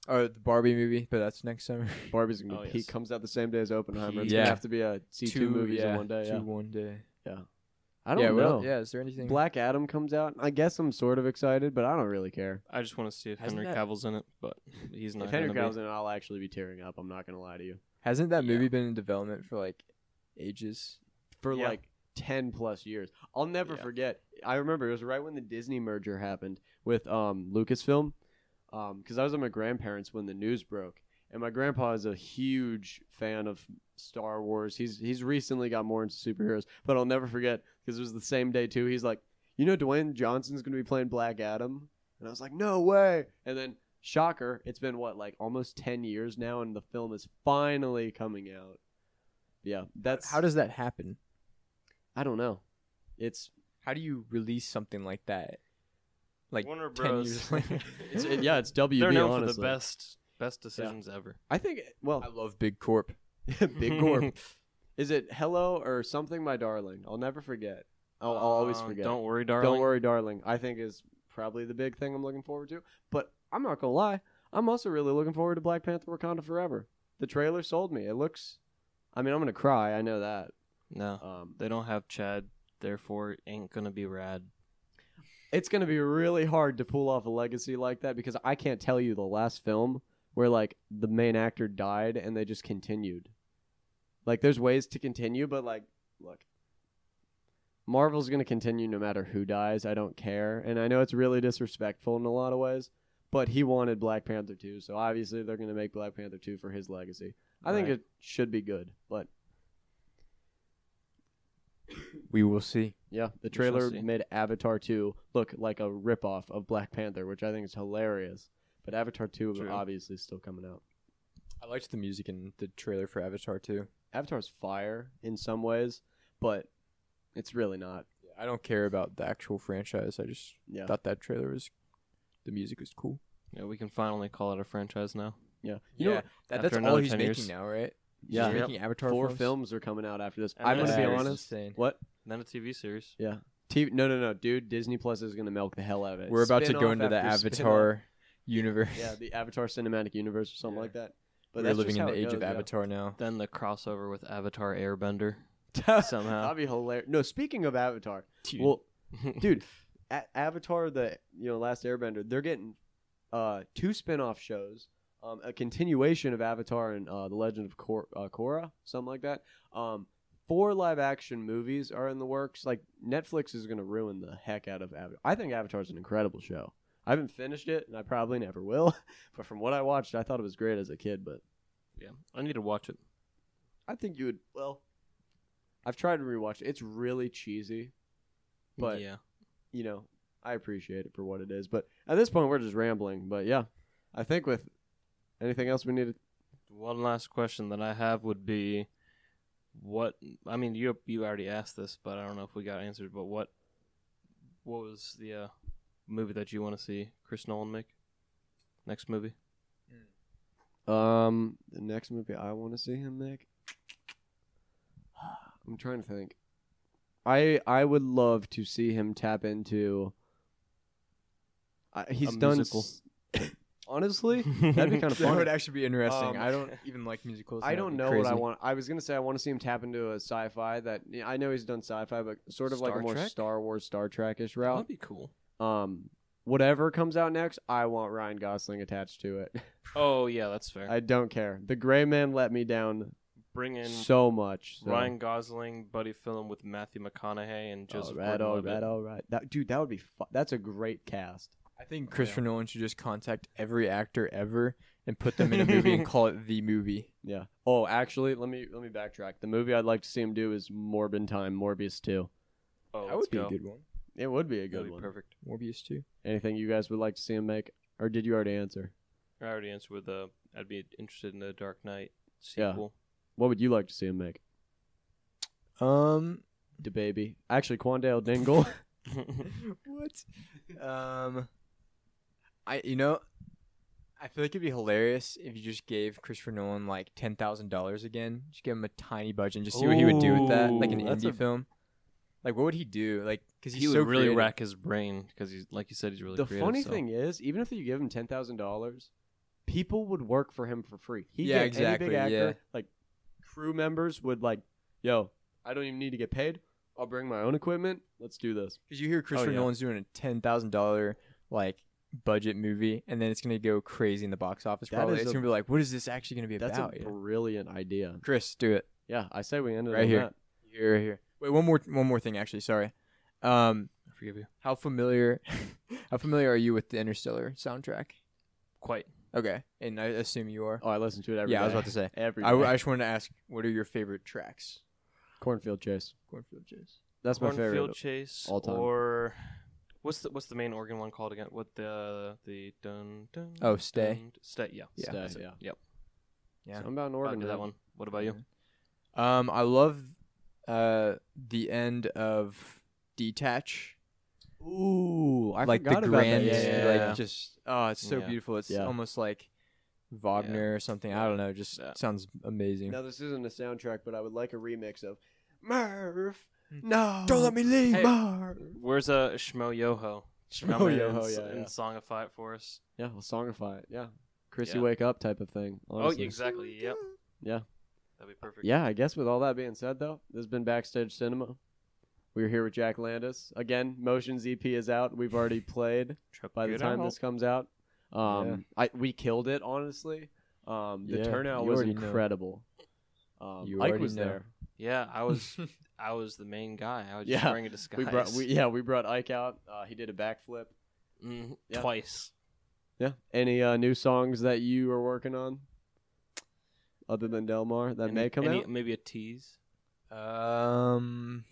S3: Oh, the Barbie movie, but that's next summer.
S1: Barbie's going to
S2: Oh,
S1: be
S2: yes.
S1: peak. Comes out the same day as Oppenheimer. It's going
S3: Yeah.
S1: to have to be a see two, movies
S3: yeah,
S1: in one day.
S3: Two
S1: Yeah.
S3: one day.
S1: I don't
S3: yeah,
S1: know.
S3: well, yeah, is there anything?
S1: Black Adam comes out. I guess I'm sort of excited, but I don't really care.
S2: I just want to see if
S3: Hasn't
S2: Henry
S3: that-
S2: Cavill's in it, but he's not.
S1: if Henry
S2: gonna be.
S1: Cavill's in it, I'll actually be tearing up. I'm not going to lie to you.
S3: Hasn't that
S2: Yeah.
S3: movie been in development for like ages?
S1: for
S2: Yeah.
S1: like 10 plus years. I'll never
S2: Yeah.
S1: forget. I remember it was right when the Disney merger happened with um, Lucasfilm. Because I was at my grandparents when the news broke. And my grandpa is a huge fan of Star Wars. He's he's recently got more into superheroes, but I'll never forget because it was the same day too. He's like, you know, Dwayne Johnson's gonna be playing Black Adam, and I was like, no way. And then, shocker, it's been what like almost ten years now, and the film is finally coming out. Yeah, that's
S3: How does that happen?
S1: I don't know. It's
S3: How do you release something like that? Like
S2: Warner
S3: 10
S2: Bros.
S3: years later.
S1: it's it, yeah, it's WB.
S2: They're known
S1: honestly.
S2: for the best best decisions ever.
S1: I think
S3: I
S1: well,
S3: love Big Corp.
S1: Big Corp. Is it hello or something, my darling? I'll never forget. I'll, I'll always
S2: Uh,
S1: forget.
S2: Don't worry, darling.
S1: Don't worry, darling. I think is probably the big thing I'm looking forward to. But I'm not gonna lie, I'm also really looking forward to Black Panther: Wakanda Forever. The trailer sold me. It looks. I mean, I'm gonna cry. I know that.
S2: No,
S1: Um,
S2: they don't have Chad. Therefore, it ain't gonna be rad.
S1: it's going to be really hard to pull off a legacy like that because I can't tell you the last film where like the main actor died and they just continued. Like there's ways to continue, but like look, Marvel's going to continue no matter who dies. I don't care, and I know it's really disrespectful in a lot of ways, but he wanted Black Panther 2, so obviously they're going to make Black Panther 2 for his legacy. I think
S2: Right.
S1: it should be good, but
S3: We will see.
S1: Yeah, the
S2: shall
S1: trailer
S2: see.
S1: made Avatar 2 look like a ripoff of Black Panther, which I think is hilarious. But Avatar 2 is
S2: True.
S1: obviously still coming out.
S3: I liked the music in the trailer for Avatar too.
S1: Avatar's fire in some ways, but it's really not.
S3: I don't care about the actual franchise. I just
S1: Yeah.
S3: thought that trailer was the music was cool.
S2: Yeah, we can finally call it a franchise now.
S1: Yeah.
S3: You
S1: yeah.
S3: know, that,
S2: After
S3: that's all
S2: another
S3: he's
S2: 10
S3: making
S2: years.
S3: now, right? He's
S1: yeah.
S3: just making Avatar
S1: Four
S3: films.
S1: films? are coming out after this.
S2: And
S1: I'm going to
S2: then
S1: be
S2: series.
S1: honest. What?
S2: Then a TV series.
S1: T- no, no, no, dude. Disney Plus is going to milk the hell out of it.
S3: We're about to go
S1: Spin-off
S3: into the
S1: after spin-off.
S3: Avatar universe.
S1: Yeah, the Avatar Cinematic Universe or something
S3: Yeah.
S1: like that. But
S3: We're
S1: that's
S3: living
S1: just
S3: in
S1: how
S3: the
S1: it
S3: age
S1: goes,
S3: of
S1: yeah.
S3: Avatar now.
S2: Then the crossover with Avatar Airbender. somehow.
S1: That'd be hilarious. No, speaking of Avatar,
S3: Dude.
S1: well, dude A- avatar the you know last airbender they're getting uh two spin-off shows um a continuation of avatar and uh the legend of Kor- uh, korra something like that um four live action movies are in the works like netflix is going to ruin the heck out of avatar i think avatar's an incredible show i haven't finished it and i probably never will but from what i watched i thought it was great as a kid but
S2: Yeah, I need to watch it.
S1: i think you would well i've tried to rewatch it it's really cheesy But-
S2: yeah,
S1: you know, I appreciate it for what it is. But at this point, we're just rambling. But yeah, I think with anything else we need to
S2: One last question that I have would be, what I mean you you already asked this, but I don't know if we got answered. But what what was the uh, movie that you want to see Chris Nolan make next movie?
S1: Um, the next movie I want to see him make. I'm trying to think. I I would love to see him tap into. I he's
S2: A
S1: done.
S2: musical.
S1: s- honestly, that'd be kind of
S3: That
S1: fun.
S3: would actually be interesting.
S1: Um,
S3: I don't even like musicals.
S1: I
S3: That'd
S1: don't
S3: be
S1: know what I
S3: crazy.
S1: want. I was gonna say I want to see him tap into a sci-fi that yeah, I know he's done sci-fi, but sort of like a
S2: Star
S1: more
S2: Trek?
S1: Star Wars, Star Trek-ish
S2: That'd
S1: route.
S2: be cool.
S1: Um, whatever comes out next, I want Ryan Gosling attached to it.
S2: Oh yeah, that's fair.
S1: I don't care. The Gray Man let me down
S2: Bring in
S1: so much. so-
S2: Ryan Gosling buddy film with Matthew McConaughey and Joseph
S1: all right, all
S2: Gordon-Levitt.
S1: right, all right. Oh, That, dude, that would be fu- that's a great cast.
S3: I think Christopher Nolan should just contact every actor ever and put them in a movie and call it the movie.
S1: Yeah. Oh, actually, let me let me backtrack. The movie I'd like to see him do is Morbin Time, Morbius 2.
S2: Oh,
S3: that
S2: let's
S3: would be
S2: go.
S3: a good one.
S1: It would be a
S2: That'd
S1: good
S2: be
S1: one.
S2: perfect.
S3: Morbius too.
S1: Anything you guys would like to see him make or did you already answer?
S2: I already answered with uh, I'd be interested in the Dark Knight
S1: Yeah.
S2: sequel.
S1: What would you like to see him make?
S3: Um,
S1: The baby. Actually, Quandale Dingle.
S3: what? Um, I you know, I feel like it'd be hilarious if you just gave Christopher Nolan like ten thousand dollars again. Just give him a tiny budget and just see what he would do with that, like an
S1: Ooh, that's
S3: indie
S1: a-
S3: film. Like, what would he do? Like, because
S2: he
S3: he's
S2: would
S3: so
S2: really
S3: creative.
S2: rack his brain because he's like you said, he's really
S1: the
S2: creative,
S1: funny
S2: so-
S1: thing is, even if you give him $10,000, people would work for him for free. He'd
S3: Yeah,
S1: get
S3: exactly,
S1: any big actor,
S3: yeah.
S1: like crew members would like, "Yo, I don't even need to get paid. I'll bring my own equipment. Let's do this."
S3: Because you hear Christopher
S2: yeah.
S3: Nolan's doing a ten thousand dollar like budget movie, and then it's gonna go crazy in the box office.
S1: That
S3: probably
S1: is
S3: it's
S1: a-
S3: gonna be like, what is this actually gonna be
S1: That's
S3: about?
S1: a
S3: you know?
S1: brilliant idea.
S3: Chris, do it
S1: Yeah, I say we ended
S3: Right
S1: on
S3: here.
S1: that.
S3: here, right here. Wait, one more, one more thing. Actually, sorry. Um,
S2: I forgive you.
S3: how familiar, how familiar are you with the Interstellar soundtrack?
S2: Quite.
S3: Okay, and I assume you are.
S1: Oh, I listen to it every
S3: yeah, I was
S1: day.
S3: about to say.
S1: every
S3: I, w-
S1: day.
S3: I just wanted to ask, what are your favorite tracks?
S1: Cornfield Chase.
S3: Cornfield Chase.
S1: That's my
S2: Cornfield
S1: favorite.
S2: Chase
S1: all time.
S2: or what's the what's the main organ one called again? What the the dun dun?
S3: Oh, Stay.
S2: dun- stay. Yeah.
S3: Yeah,
S1: Stay,
S2: that's it.
S1: yeah.
S2: Yep.
S3: Yeah.
S1: I'm about an
S2: I'd
S1: organ.
S2: do
S1: man.
S2: that one. What about you?
S3: Um, I love uh the end of Detach.
S1: Ooh, I
S3: like the
S1: forgot about
S3: grand,
S1: that.
S2: yeah, yeah.
S3: like just oh, it's so
S2: Yeah.
S3: beautiful. It's
S1: Yeah.
S3: almost like Wagner or something. I don't know. Just
S2: Yeah.
S3: sounds amazing.
S1: Now this isn't a soundtrack, but I would like a remix of Murph.
S3: Hmm.
S1: No,
S3: me leave.
S2: Hey.
S3: Marv.
S2: Where's uh Shmo Yoho?
S1: Shmo Yoho,
S2: and,
S1: yeah, yeah.
S2: and songify it for us.
S1: Yeah, we'll songify it. Yeah, Chrissy,
S2: Yeah.
S1: wake up type of thing.
S2: Oh,
S1: Honestly.
S2: exactly. Yep.
S1: Yeah.
S2: That'd be perfect.
S1: Yeah, I guess with all that being said, though, this has been Backstage Cinema. We are here with Jack Landis. Again, Motions EP is out. We've already played
S2: Trip
S1: by the
S2: it
S1: time
S2: out.
S1: this comes out. Um, I we killed it honestly. Um, the
S3: Yeah,
S1: turnout
S3: you
S1: was
S3: already know.
S1: incredible. Um,
S3: You
S1: Ike
S3: already
S1: was
S3: know.
S1: there.
S2: Yeah, I was I was the main guy. I was just
S1: Yeah,
S2: wearing a disguise.
S1: We brought we, yeah we brought Ike out. Uh, he did a backflip.
S2: Mhm,
S1: Yeah.
S2: twice.
S1: Yeah. Any uh, new songs that you are working on, other than Delmar, that
S2: Any-
S1: may come
S2: any-
S1: out?
S2: Maybe a tease.
S3: Um,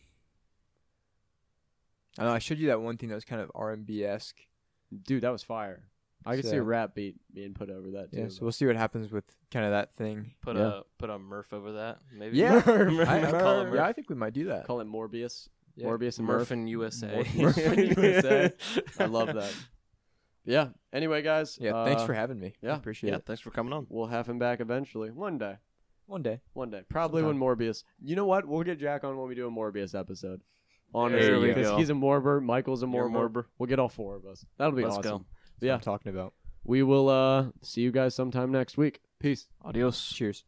S3: I don't know. I showed you that one thing that was kind of R and B esque.
S1: Dude, that was fire. I could see a
S3: So-
S1: rap beat being put over that too.
S3: Yeah. So we'll see what happens with kind of that thing.
S2: Put
S1: Yeah.
S2: a put a Murph over that. Maybe.
S3: Yeah,
S2: Murph.
S3: I, I-
S2: Call it Murph.
S3: yeah, I think we might do that.
S1: Call it Morbius.
S3: Yeah.
S1: Morbius and
S2: Murph
S1: Murph.
S2: and USA.
S1: Murph and USA. I love that. Yeah. Anyway, guys.
S3: Yeah. thanks
S1: uh,
S3: for having me. I
S1: yeah.
S3: appreciate
S2: Yeah,
S3: it.
S2: thanks for coming on.
S1: We'll have him back eventually, one day.
S3: One day.
S1: One day. Probably when Morbius. You know what? We'll get Jack on when we do a Morbius episode.
S2: There
S1: Honestly,
S2: we
S1: because
S2: go.
S1: he's a Morber, Michael's a
S2: You're a
S1: Morber. We'll get all four of us. That'll be
S2: Let's
S1: awesome.
S2: go.
S3: That's what
S1: Yeah.
S3: I'm talking about.
S1: We will uh see you guys sometime next week. Peace.
S3: Adios. Cheers.